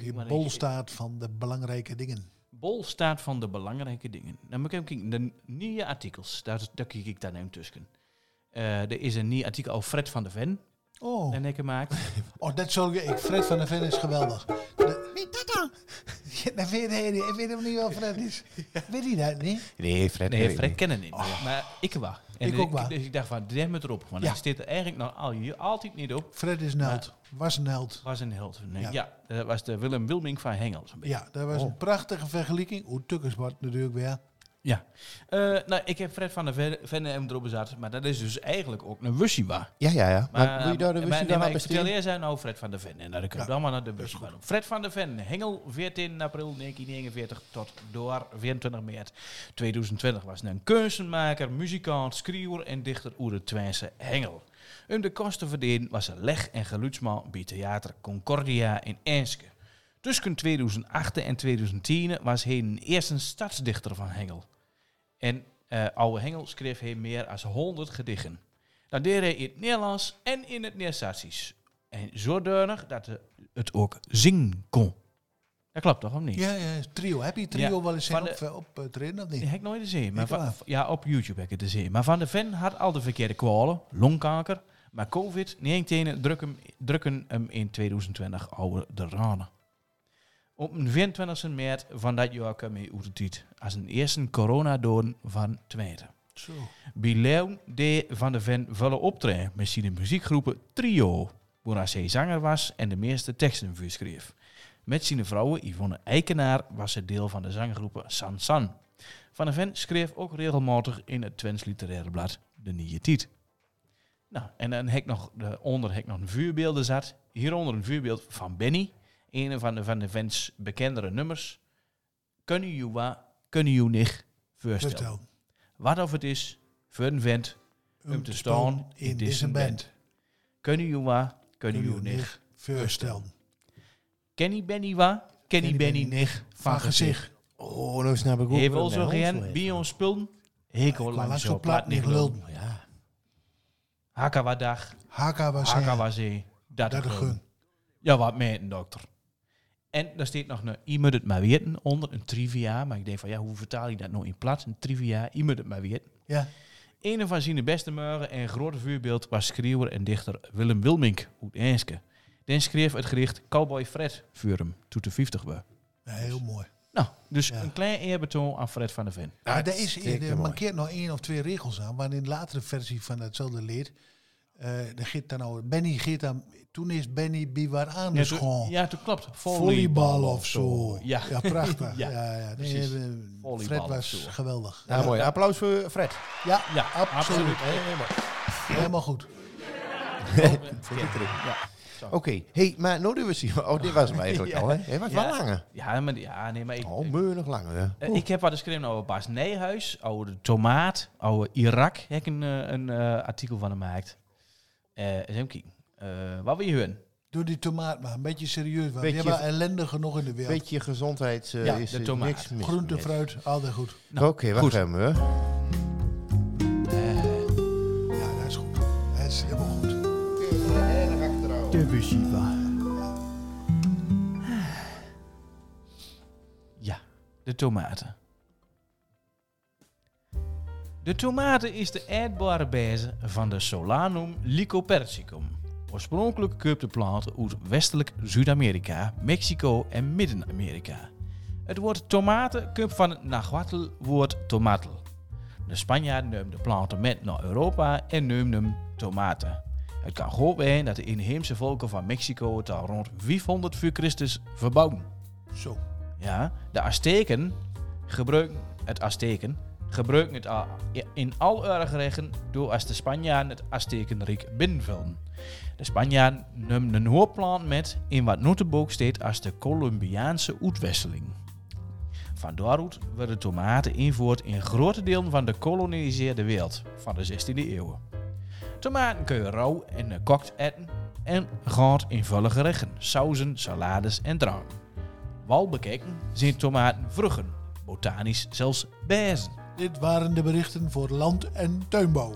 F: Je
B: maar
F: bol
B: ik-
F: staat van de belangrijke dingen.
B: Bol staat van de belangrijke dingen. Dan moet ik even kijken. De nieuwe artikels, daar, daar kijk ik daar nu tussen. Eh, er is een nieuw artikel over Fred van der Ven.
F: Oh,
B: En ik
F: <laughs>
B: gemaakt.
F: oh dat zal ik. Fred van der Ven is geweldig. De,
G: Weet dat
F: <laughs>
G: dan?
F: dat weet hij niet. Ik weet hem niet wel Fred
B: <laughs>
F: is. Weet hij dat niet?
A: Nee, Fred.
B: Nee,
A: ik
B: Fred
A: niet.
B: kennen niet. Maar ik wel.
F: Oh. Ik ook wel.
B: Dus ik dacht van, dem het erop. Want
F: Ja.
B: hij zit er eigenlijk nog al, hier altijd niet op.
F: Fred is neld. Was neld.
B: Was een held. Nee,
F: Ja.
B: ja. dat was de Willem Wilming van Hengel. zo'n beetje.
F: Ja, dat was een prachtige vergelijking. Oeh, Tukkersbart natuurlijk weer.
B: Ja. Eh, nou, ik heb Fred van der Ven- Venne hem erop gezet. Maar dat is dus eigenlijk ook een Wussiwa.
A: Ja, ja, ja. Maar, wil je
B: maar-
A: daar de wussie
B: nee,
A: dan
B: maar
A: aan
B: ik vertel
A: besteden?
B: eerst aan nou Fred van der Ven. En dan kunnen we dan maar naar de bus gaan. Fred van der Ven, Hengel, 14 april 1949 tot door 24 maart 2020 was hij een kunstenmaker, muzikant, schrijver en dichter oer het Twentse Hengel. Om de kosten te verdelen was er leg- en geluidsmaal bij Theater Concordia in Enske. Tussen 2008 en 2010 was hij een eerste stadsdichter van Hengel. En eh oude Hengel schreef hij meer dan 100 gedichten. Dat deed hij in het Nederlands en in het Neersassisch. En zodanig dat hij het ook zingen kon. Dat klopt toch, of niet?
F: Ja, ja, trio. Heb je trio
B: Ja,
F: wel eens
B: van
F: op, op eh, trainen of niet?
B: Ik heb ik nooit gezien. Maar
F: Ik
B: van,
F: wel.
B: ja, op YouTube heb ik het gezien. Maar Van de Ven had al de verkeerde kwalen, longkanker. Maar COVID-19 druk hem, drukken hem in 2020 ouder de ranen. Op een 24 maart van dat jaar kwam hij uit de tijd. Als een eerste coronadoorn van tweede.
F: Zo.
B: Bij Leeuw deed Van de Ven vullen optreden met zijn muziekgroepen Trio, waar hij zanger was en de meeste teksten voor schreef. Met zijn vrouw Yvonne Eikenaar was hij deel van de zanggroepen San San. Van de Ven schreef ook regelmatig in het Twents literaire blad De Nieuwe Tiet. Nou, en dan heb ik nog, de- onder heb ik nog een vuurbeelden zat. Hieronder een vuurbeeld van Benny, een van de Van de Vens bekendere nummers. Kunnen jullie wa, kunnen jullie niet voorstellen.
F: Vertel.
B: Wat of het is, voor een vent, om te staan in deze band. Kunnen jullie wat, kunnen jullie niet.
F: Voorstel.
B: Kenny Benny wat, Kenny Benny niet van gezicht.
A: Oh, nou snap ik ook.
B: Heeft
A: wel
B: ons nog
A: mijn
B: geen
A: hoofd
B: bij ons spullen? Ik hoor
F: Laat
B: langs
F: zo
B: op
F: plat niet lullen.
A: Ja.
B: Hakka wat dag,
F: Haka was
B: hakka
F: hij.
B: wat zee, dat
F: Dat
B: de
F: de
B: gun.
F: gun.
B: Ja, wat meten, dokter. En daar staat nog een, je moet het maar weten, onder een trivia. Maar ik denk van, ja, hoe vertaal je dat nou in plaats? Een trivia, je moet het maar weten.
F: Ja.
B: Een van zijn beste muren en grote vuurbeeld was schreeuwer en dichter Willem Wilmink uit Enske. Dan schreef het gericht Cowboy Fred voor hem, toen de 50 was.
F: Ja, heel mooi.
B: Nou, dus
F: Ja.
B: een klein eerbetoon aan Fred van der Ven.
A: Nou,
F: Maar er, is,
A: Hartstikke
F: er
A: mooi.
F: mankeert nog één of twee regels aan. Maar in de latere versie van datzelfde lied... eh dan geeft dan al, Benny geeft dan... Toen is Benny Biwar aan de
B: toen-
F: school.
B: ja, toen klopt.
F: Volleybal of zo.
B: Ja.
F: ja
B: <laughs>
F: prachtig.
B: Ja,
F: ja, ja, Nee,
B: precies.
F: eh, Fred
B: Volleybal
F: was
B: of zo.
F: geweldig.
A: Nou, mooi. Applaus voor <laughs> Fred.
F: Ja,
B: Ja, absoluut.
F: absoluut. Helemaal goed.
A: Oké. Hey, maar nou doen we zien. Oh, dit was hem eigenlijk al, hè? Hij was
B: <laughs> Ja.
A: wel langer.
B: Ja, maar, ja nee, maar ik,
A: Oh, meur nog langer, hè?
B: eh, ik heb wat geschreven over Bas Nijhuis, over de tomaat, over Irak. Heb ik een, eh, een eh, artikel van gemaakt. Eh eens even kijken. Eh, wat wil je hun?
F: Doe die tomaat maar. Een beetje serieus. Want
A: Beetje-
F: we hebben ellende genoeg in de wereld.
A: Beetje gezondheid eh,
B: Ja,
A: is
B: de
A: er
B: tomaat.
A: niks mis
F: Groente,
A: mee.
F: fruit, altijd goed.
B: nou,
A: Oké, wacht even, hè?
F: Ja, dat is goed. Dat is helemaal goed.
B: Ja, de tomaten. De tomaten is de eetbare base van de Solanum lycopersicum. Oorspronkelijk koopt de plant uit westelijk Zuid-Amerika, Mexico en Midden-Amerika. Het woord tomaten komt van het Nahuatl-woord tomatel. De Spanjaarden nemen de planten met naar Europa en noemen hem tomaten. Het kan goed zijn dat de inheemse volken van Mexico het al rond 500 voor Christus verbouwen.
F: Zo.
B: Ja, de Azteken gebruiken het Azteken gebruiken het al- in al ergeren door als de Spanjaarden het Aztekenrijk binnenvullen. De Spanjaarden nemen een hoop plant met in wat notenboek staat als de Colombiaanse uitwisseling. Van daaruit werden tomaten invoerd in grote delen van de koloniseerde wereld van de 16e eeuw. Tomaten kun je rauw en gekookt eten en gaat in volle gerechten, sauzen, salades en drank. Wal bekeken zijn tomaten vruchten, botanisch zelfs bezen.
F: Dit waren de berichten voor land- en tuinbouw.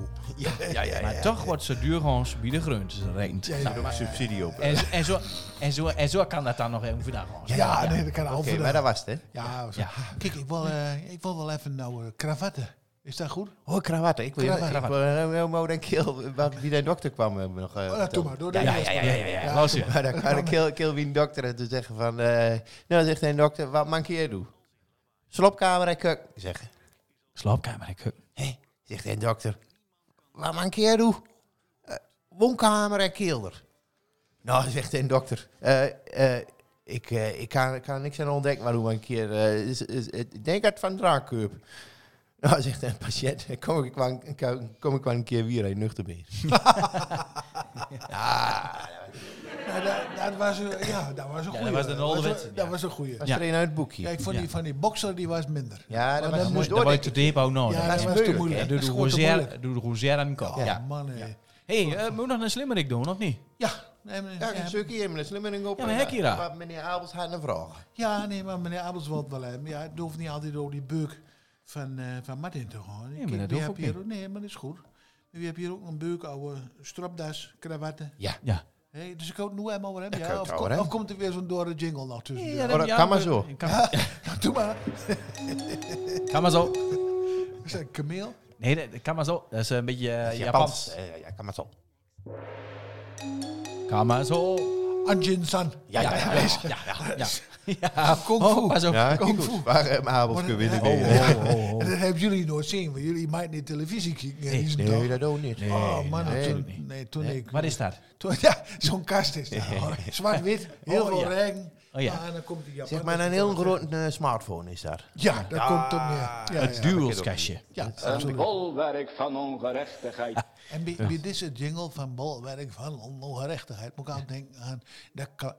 B: maar toch wordt ze duur gewoon bij de groentes rekend.
F: ja,
B: Nou,
A: Ook subsidie op. Oké,
B: en, en, zo, en, zo, en zo kan dat dan nog even vandaag gewoon.
F: Ja, nee, dat kan altijd.
A: maar dat was het, hè?
F: Ja, zo.
B: Ja.
F: Kijk, ik wil, eh, ik wil wel even nou eh, kravatten. Is dat goed?
A: Oh, kravatten. Ik wil
F: Kravatten.
A: ik wil nou, helemaal denk keel wat wie de dokter kwam hebben we nog. eh,
F: Oh, nou,
A: verteld.
F: doe maar. Door de
B: Ja, ja, ja, ja, ja, ja. Luister.
A: Maar dan kan ik keel, keel wie een dokter en te zeggen van, eh, nou zegt een dokter, wat mankeer je doen? Slopkamer en keuken, zeggen.
B: Slaapkamer en keuken.
A: Hé, zegt een dokter, wat mankeer je doen? Eh, woonkamer en kelder. Nou, zegt een dokter, eh, eh, ik, eh, ik kan, kan niks aan ontdekken waarom een keer, eh, is- is- het- ik denk dat het van draakkeurp. Nou, zegt een patiënt, <laughs> kom ik wel een- kom ik wel een keer weer een nuchter ben.
F: Nou, dat, dat was een, ja, dat was een goeie.
B: was een
F: Dat,
B: ouderwetse, ja.
F: was een goeie.
A: Dat
B: Ja.
A: is er een uit het boekje.
F: Ja, ik vond die van die bokser, die was minder.
A: Ja, dat
F: Maar
A: was
F: dan
A: mooi
F: moet-
B: Dan
A: door.
B: wordt de depot
F: Ja,
B: nodig.
F: dat was te moeilijk.
B: Ja, doe
F: hè? Dat
B: de
F: is gewoon te
B: rozier-
F: moeilijk.
B: doe de rozier aan de kop.
F: Oh,
B: Ja.
F: man. eh.
B: Hé, hey, eh, moet ik nog een slimmerik doen, of niet?
F: Ja, nee, meneer,
A: Ja,
F: ja,
A: ik
F: ja,
A: zoek hier mijn slimmering op.
B: Ja, maar
A: En,
B: hek hier aan.
A: eh, maar Meneer Abels had een vraag.
F: nee, maar meneer Abels wil het wel hebben. Ja, het hoeft niet altijd door die beuk van, eh, van Martin te gaan.
B: maar dat
F: we
B: hoeft
F: hebben
B: ook
F: hier
B: niet.
F: ook- Nee, maar dat is goed. We hebben hier ook een beuk oude stropdas, kravatten.
A: Ja.
B: Ja.
F: Hé, dus ik kan het nu helemaal over hebben.
A: Ik kan
F: Ja,
A: het
F: of,
A: over
F: kom-
A: hebben.
F: of komt er weer zo'n dorre jingle nog tussen?
B: Ja,
A: dat
B: ja,
A: kan maar zo.
B: ik Kan,
F: Doe maar.
B: kan maar zo.
F: Is dat een kameel?
B: Nee, dat dat kan maar zo. Dat is een beetje eh, Japans.
A: Japans. Eh, Ja, kan maar zo.
B: Kan maar zo.
F: Anjin-san.
A: Ja, ja, ja.
B: Ja, ja, ja. ja.
F: Ah, Kung
B: Oh,
F: fu.
B: maar zo.
A: Ja,
F: Kung
A: kijk
F: fu.
A: goed. Waar hebben Abels
F: Wat-
A: kunnen winnen
F: Oh,
A: weer?
B: Oh, oh, <laughs> oh.
F: En dat hebben jullie nooit zien, want jullie maken niet televisie kijken.
B: Nee,
F: Die dag.
A: Nee, dat ook niet.
F: Oh man,
A: nee,
F: toen,
B: niet.
F: nee, toen ik...
B: Wat is dat?
F: Toen, <laughs> ja, zo'n kast is dat. Oh, Zwart-wit, heel
B: Oh,
F: veel
B: ja.
F: regen.
B: Oh, ja.
F: Ah, en dan komt die Japan.
A: Zeg maar een heel grote eh, smartphone is daar.
F: Ja, daar komt het op neer. Ja, ja,
B: Het duelskastje.
F: Ja,
E: Een
F: absoluut.
E: bolwerk van ongerechtigheid.
F: En bij, bij deze jingle van bolwerk van on- ongerechtigheid moet ik altijd denken aan... De, kla-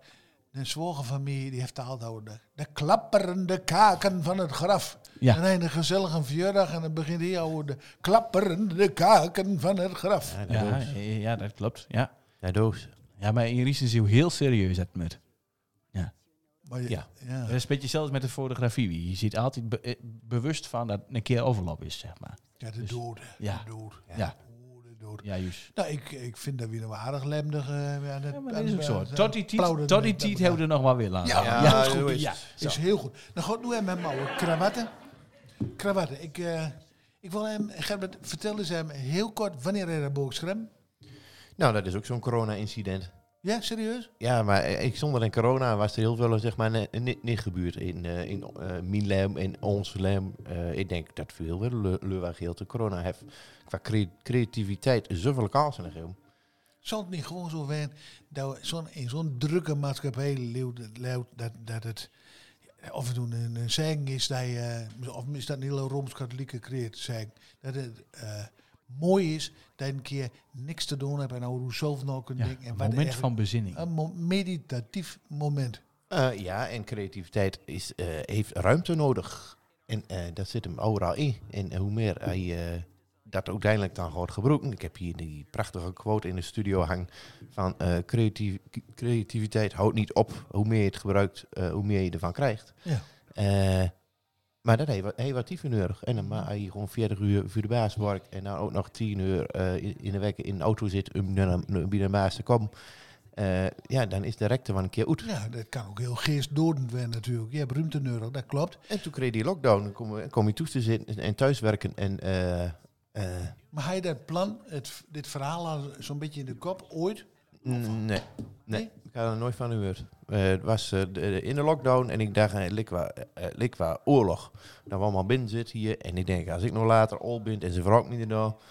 F: de zwoger van mij, die heeft de aanhouden. De klapperende kaken van het graf.
B: Ja.
F: En hij een gezellige verjaardag en dan begint hij over de klapperende kaken van het graf.
B: Ja, ja, ja, dat klopt. Ja.
A: Ja, doos.
B: Ja, maar in Riesen zien we heel serieus uit met.
F: Maar je-
B: Ja.
F: ja.
B: Dat is een beetje zelfs met de fotografie. Je ziet altijd be- eh, bewust van dat het een keer overlap is, zeg maar.
F: Ja, de dood. hè.
B: Dus- ja.
F: De dood.
B: Ja.
F: Oh, de dood.
B: Ja, juist.
F: Nou, ik, ik vind dat we nog aardig lemdig eh aan het...
B: Ja, maar dat
F: aan-
B: is ook zo.
F: aan-
B: Tot die
F: plauden
B: tiet, tot die
F: met-
B: tiet
F: met-
B: houden we nog wel weer lang.
F: Ja,
A: Ja,
F: ja, is
A: zo
F: goed.
A: is
F: ja,
A: het.
F: is heel goed. Dan gaat nu hem oude kravatten. Kravatten. Ik, eh, ik wil hem, Gerbert, vertel eens hem heel kort wanneer hij dat boek schreef.
A: Nou, dat is ook zo'n corona-incident.
F: Ja, serieus?
A: Ja, maar eh, ik, zonder een corona was er heel veel eh, zeg maar, ni- ni- niet gebeurd in, eh in eh, mijn lem, in ons lem. Eh, ik denk dat veel wel lu- luwag heel te corona heeft. Qua cre- creativiteit zoveel kansen gegeven.
F: Zal het niet gewoon zo zijn dat we zo'n, in zo'n drukke maatschappij leeuwt, leeuwt dat, dat het... Of het een, een saying is dat je... Of is dat een hele Rooms-Katholieke creëert saying. Dat het eh, mooi is dat je een keer niks te doen hebt en over jezelf nou kunt
B: Ja,
F: denken. En
B: een
F: wat
B: moment
F: eigenlijk-
B: van bezinning.
F: Een mo- meditatief moment.
A: Eh, ja, en creativiteit is, eh, heeft ruimte nodig. En eh, dat zit hem overal in. En hoe meer hij eh, dat uiteindelijk dan gaat gebruiken. Ik heb hier die prachtige quote in de studio hangen van eh, creatief, creativiteit houdt niet op. Hoe meer je het gebruikt, eh, hoe meer je ervan krijgt.
F: Ja.
A: Eh, maar dat heeft wat- heeft wat tieven nodig. En dan maar hij gewoon 40 uur voor de baas werkt en dan ook nog 10 uur eh, in, in de week in de auto zit om naar de- naar bij de baas te komen. Eh, ja, dan is de recte wel een keer uit.
F: Ja, dat kan ook heel geestdodend worden natuurlijk. Je hebt ruimte nodig, dat klopt.
A: En toen kreeg die lockdown. Dan kom, dan kom je toe te zitten en thuiswerken. En eh, eh,
F: Maar hij dat plan, het, dit verhaal al zo'n beetje in de kop ooit.
A: nee, nee, ik had er nooit van gehoord. Eh, het was eh, de- de- in de lockdown en ik dacht, eh, Likwa, eh, Likwa oorlog. Dat we allemaal binnen zitten hier. En ik denk, als ik nog later old ben en ze verhoudt niet erdoor.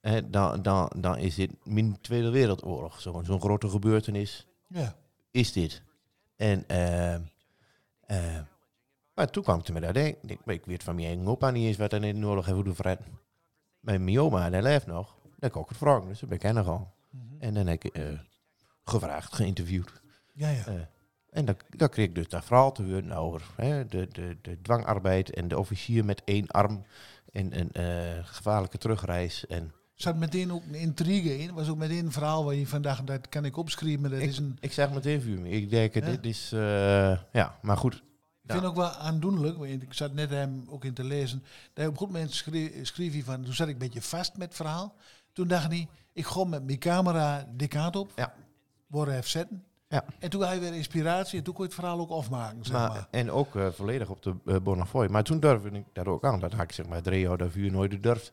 A: eh, dan, dan, dan is dit min Tweede Wereldoorlog. Zo'n zo'n grote gebeurtenis.
F: Ja.
A: is dit? En ehm, ehm, maar toen kwam ik er met dat ding. Ik, denk, maar ik weet van mijn eigen opa niet eens wat er in de oorlog heeft hoeven verretten. Maar mijn oma, die leeft nog. Dat kan ik het vragen, dus dat ben ik haar nogal. En dan heb ik eh, gevraagd, geïnterviewd.
F: Ja, ja.
A: Eh, en dan, dan kreeg ik dus dat verhaal te horen over hè, de, de, de dwangarbeid en de officier met één arm en een eh, gevaarlijke terugreis. En
F: zat meteen ook een intrigue in. was ook meteen een verhaal waar je vandaag, dat kan ik opschrijven. Dat
A: ik,
F: is een,
A: ik zeg meteen voor me, ik denk, eh,
F: Ja.
A: dit is, eh, ja, maar goed,
F: ik vind ook wel aandoenlijk, want ik zat net hem ook in te lezen. Dat hij op een goed moment schreef, schreef hij van, toen zat ik een beetje vast met het verhaal. Toen dacht hij, ik ga met mijn camera de kant op,
A: ja.
F: worden even zetten.
A: Ja.
F: En toen had hij weer inspiratie en toen kon je het verhaal ook afmaken, zeg maar.
A: Maar, en ook eh, volledig op de eh, Bonnefoy. Maar toen durfde ik dat ook aan. Dat had ik zeg maar drie jaar daarvoor nooit gedurfd.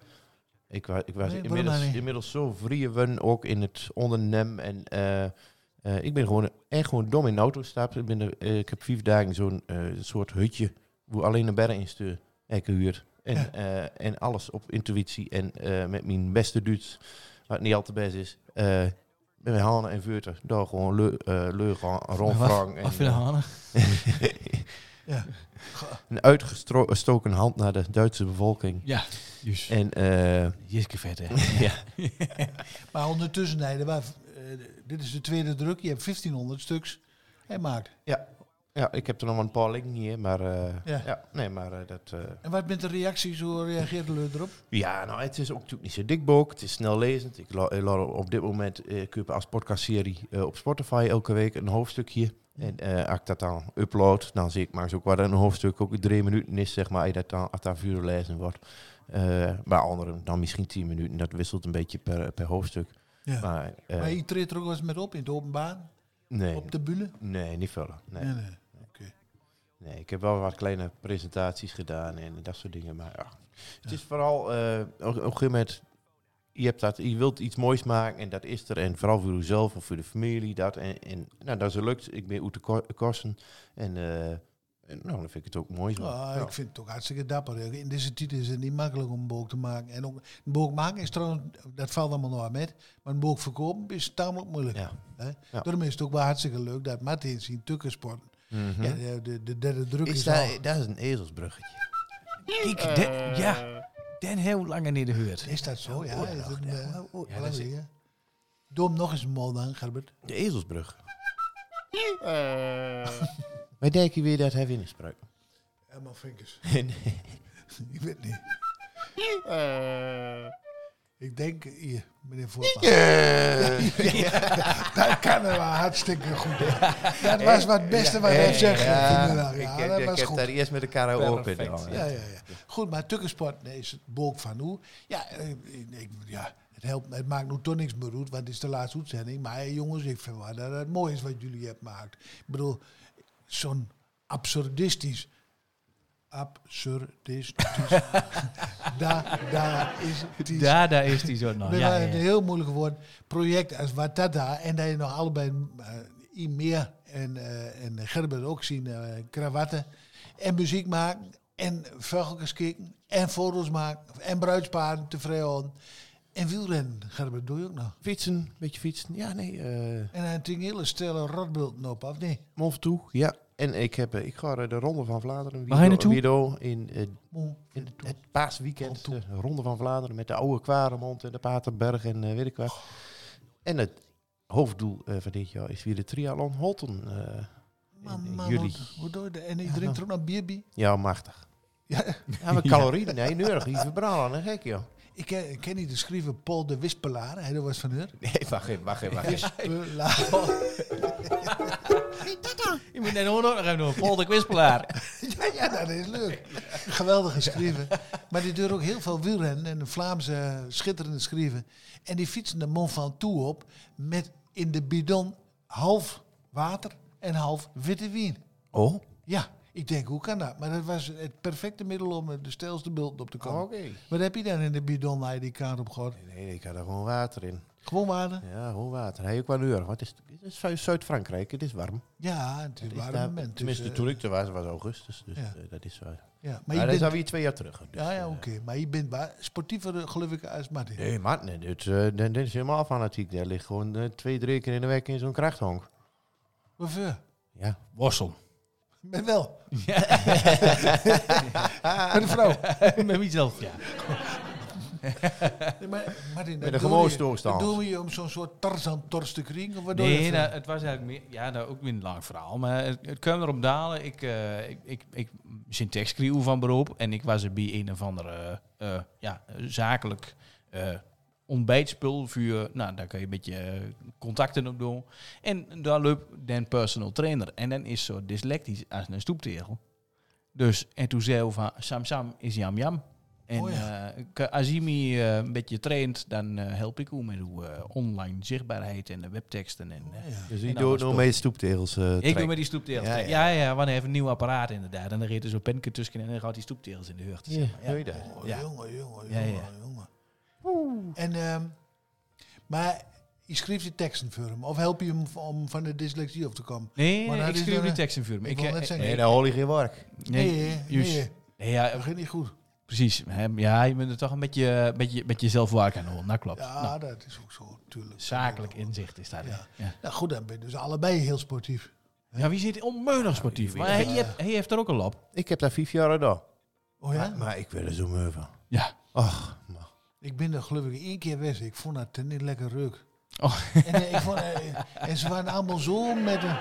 A: Ik, wa ik was
F: waarom
A: inmiddels,
F: dan niet?
A: inmiddels zo vrieven ook in het ondernemen. En eh, eh, ik ben gewoon echt gewoon dom in de auto gestapt. Ik, ben er, eh, ik heb vijf dagen zo'n eh, soort hutje. Hoe alleen de berg instuur. Heb ik gehuurd. En,
F: Ja.
A: eh, en alles op intuïtie. En eh, met mijn beste Duits. Wat niet al te best is. eh, met mijn handen en veurten. Daar gewoon leu- eh, leugen, rondvragen. en,
B: Wat vind je dat, Hanne?
A: een uitgestoken hand naar de Duitse bevolking.
B: Ja, juist.
A: En eh,
B: Jiske vet, hè?
A: <laughs> ja,
F: Maar ondertussen, nee, er waren, eh, dit is de tweede druk. Je hebt 1500 stuks. Hij maakt.
A: Ja. Ja, ik heb er nog een paar linken hier, maar... eh,
F: Ja.
A: ja. nee, maar eh, dat... eh,
F: En wat met de reacties, hoe reageerde jullie erop?
A: ja, nou, het is ook natuurlijk niet zo dik boek. Het is snel lezend. Ik la- eh, laat op dit moment eh kun je als podcastserie eh, op Spotify elke week een hoofdstukje. En eh, als ik dat dan upload, dan zie ik maar eens ook waar een hoofdstuk ook drie minuten is, zeg maar, als dat dan, als dat vuur lezen wordt. Eh bij anderen dan misschien tien minuten. Dat wisselt een beetje per, per hoofdstuk.
F: Ja. Maar,
A: Maar, eh,
F: je treedt er ook wel eens met op in het openbaar,
A: nee,
F: op de bühne?
A: nee, niet verder. Nee.
F: Nee, nee.
A: Nee, ik heb wel wat kleine presentaties gedaan en dat soort dingen. Maar ja, het is vooral eh, op op een gegeven moment. Je, hebt dat, je wilt iets moois maken en dat is er. En vooral voor jezelf of voor de familie. Dat. En, en nou, dat is lukt. Ik ben uit de ko- kosten. En, eh, en nou, dan vind ik het ook mooi. Zo.
F: Ah,
A: Ja.
F: Ik vind het ook hartstikke dapper. In deze tijd is het niet makkelijk om een boek te maken. En ook een boek maken is trouwens, dat valt allemaal nog aan met, maar een boek verkopen is tamelijk moeilijk.
A: Ja.
F: Hè?
A: Ja.
F: Daarom is het ook wel hartstikke leuk dat Martin zien tukkensport.
A: Mhm.
F: Ja, de, de, de derde druk is,
A: is
F: al-
A: dat, dat is een ezelsbruggetje.
B: Ik, de- ja, den heel lang niet gehoord.
F: Is dat zo? Ja, is het, eh,
A: oh, ja,
F: lang
A: dat is-
F: zeggen. Doe hem nog eens een mol dan, Gerbert.
A: De ezelsbrug. <laughs> Wij denken weer dat hij winnenspreuk.
F: Emma
A: <laughs>
F: Finkers.
A: nee.
F: Ik weet niet. Eh, Ik denk hier, meneer Voortman. <laughs> dat kan er wel hartstikke goed. Dat was wat het beste wat hij zegt.
A: Eh, Ja,
F: Ja,
A: ik
F: ja,
A: heb-
F: dat
A: ik
F: was
A: heb
F: goed.
A: daar eerst met de karaoke in. de hand.
F: Ja, ja, ja. Goed, maar tukkensport nee, is het boek van hoe. Ja, eh, ik, ik- ja het, helpt, het maakt nu toch niks meer uit, want het is de laatste uitzending. Maar eh, jongens, ik vind wel dat het mooi is wat jullie hebben gemaakt. Ik bedoel, zo'n absurdistisch... Absurdistisch. <laughs> daar, daar is het iets.
B: Daar, daar is die zo nog.
F: Dat
B: Oh, Ja,
F: was
B: ja,
F: een
B: ja.
F: heel moeilijk woord. Project als Watata en dat je nog allebei eh Imer en, eh en Gerbert ook zien eh, kravatten. En muziek maken en vuilkens kicken en foto's maken en bruidspaarden te vrijen. En wielrennen, Gerbert, doe je ook nog.
A: Fietsen, een beetje fietsen. Ja, nee. eh
F: En hij ting hele stille rotbulten op, of nee?
A: Monf toe, ja. En ik, heb, eh, ik ga eh, de Ronde van Vlaanderen.
B: Waar ga je
A: Wido-
B: naartoe?
A: Wido in, eh,
F: Moe.
A: in het paasweekend. De Ronde van Vlaanderen met de oude Kwaremond en de Paterberg en eh weet ik wat. En het hoofddoel eh, van dit jaar is weer de Triathlon Holten. eh,
F: Man,
A: in eh,
F: man,
A: juli.
F: wat- hoe doe je dat? En ik drink er ook nog bier bij.
A: Ja, machtig.
F: Ja,
A: Ja, maar calorieën, nee, neurig. Die verbranden, hè, gek joh.
F: ik, ken, ik ken niet de schrijver Paul de Wispelaar, hij dat was van haar.
A: Nee, wacht even, wacht even. Wacht even.
B: <laughs>
F: Wispelaar. <laughs>
G: Pitata.
B: Je moet net ook nog even doen. Paul de Kwispelaar.
F: <laughs> Ja, ja, dat is leuk. Geweldig geschreven. Maar die doen ook heel veel wielrennen en de Vlaamse schitterende schrijven. En die fietsen de Mont Ventoux op met in de bidon half water en half witte wien.
A: <laughs> Oh,
F: Ja, ik denk, hoe kan dat? Maar dat was het perfecte middel om eh, de stelste bult op te komen.
A: oké.
F: Wat heb je dan in de bidon waar je die kaart op gooit?
A: Nee, ik had er gewoon water in.
F: Gewoon water?
A: Ja, gewoon water. Hij ook wel neurig, want het is, het is Zu- Zuid-Frankrijk, het is warm.
F: Ja, het is
A: Is
F: waar
A: daar-
F: een moment.
A: Tenminste,
F: Dus, eh,
A: toen ik er was, was augustus. Dus
F: ja.
A: eh, dat is waar. Maar,
F: ja, maar je
A: dat is
F: bent,
A: alweer twee jaar terug. dus,
F: ja, ja
A: eh,
F: oké. Maar je bent wa- sportiever, geloof ik, als Martin.
A: Nee, maar nee, dit, eh, dit, dit is helemaal fanatiek. Daar ligt gewoon eh, twee, drie keer in de week in zo'n krachthonk.
F: Waarvoor?
A: Ja.
B: Worsel.
F: Met wel. Met een vrouw.
B: Met mezelf, ja.
F: Nee, maar Martin,
A: Met
F: dat
A: een
F: doen we-
A: gemoedstoestand.
F: dat Doen we je om zo'n soort Tarzan-tors te krijgen? Of wat doe je
B: Nee,
F: dat
B: nou, het was eigenlijk meer, ja, nou, ook weer een lang verhaal. Maar het, het kwam erop dalen. Ik, eh ik, ik, ik syntaxcrew van beroep. En ik was er bij een of andere eh, ja, zakelijk eh, ontbijtspul. Voor, nou, daar kun je een beetje eh, contacten op doen. En daar loopt dan personal trainer. En dan is zo dyslectisch als een stoeptegel. Dus, en toen zei hij van, Sam Sam is jam jam. En
F: Oh
B: eh, ke- als je me eh, een beetje traint, dan eh, help ik u met uw eh, online zichtbaarheid en de webteksten. En,
F: Oh
B: eh,
A: Dus
B: En
A: ik doe
B: anders
A: nou
B: toch.
A: mee stoeptegels. eh,
B: ik doe
A: trekken.
B: met die stoeptegels.
A: Ja,
B: Ja,
A: ja.
B: ja. ja, want hij heeft een nieuw apparaat inderdaad. En dan reed er zo'n penke tussen en dan gaat die stoeptegels in de heurt.
A: Ja, doe je dat?
F: Oh,
B: Ja.
F: jongen, jongen,
B: Ja, ja.
F: jongen, jongen. En, ehm, maar je schreef die teksten voor hem? Of help je hem v- om van de dyslexie af te komen?
B: Nee,
F: Maar
B: nee,
F: dat
B: ik
F: is
B: schreef
F: dan-
B: die tekst in vuur.
F: Ik
B: Ik,
F: wou
B: eh,
F: net zeggen.
A: Nee,
B: nee,
A: dan hol je geen werk.
B: nee,
F: nee,
B: juist.
F: nee.
B: Nee, ja,
F: Dat ging niet goed.
B: precies. Hè, Ja, je moet er toch een beetje, beetje, beetje zelf werken aan doen. Dat klopt.
F: Ja,
B: Nou,
F: dat is ook zo, tuurlijk.
B: zakelijk inzicht is dat.
F: Ja.
B: Ja.
F: Nou goed, dan ben je dus allebei heel sportief.
B: Ja, wie zit onmeunig sportief? Maar hij, heeft- hij heeft er ook een lab.
A: Ik heb daar vijf jaar gedaan.
F: Oh ja?
A: Maar, maar ik wil er zo mee van.
B: Ja.
A: Ach, man.
F: Ik ben er geloof ik één keer geweest. Ik vond dat niet lekker reuk.
B: Oh.
F: En, eh, ik vond, eh, en ze waren allemaal zo met een...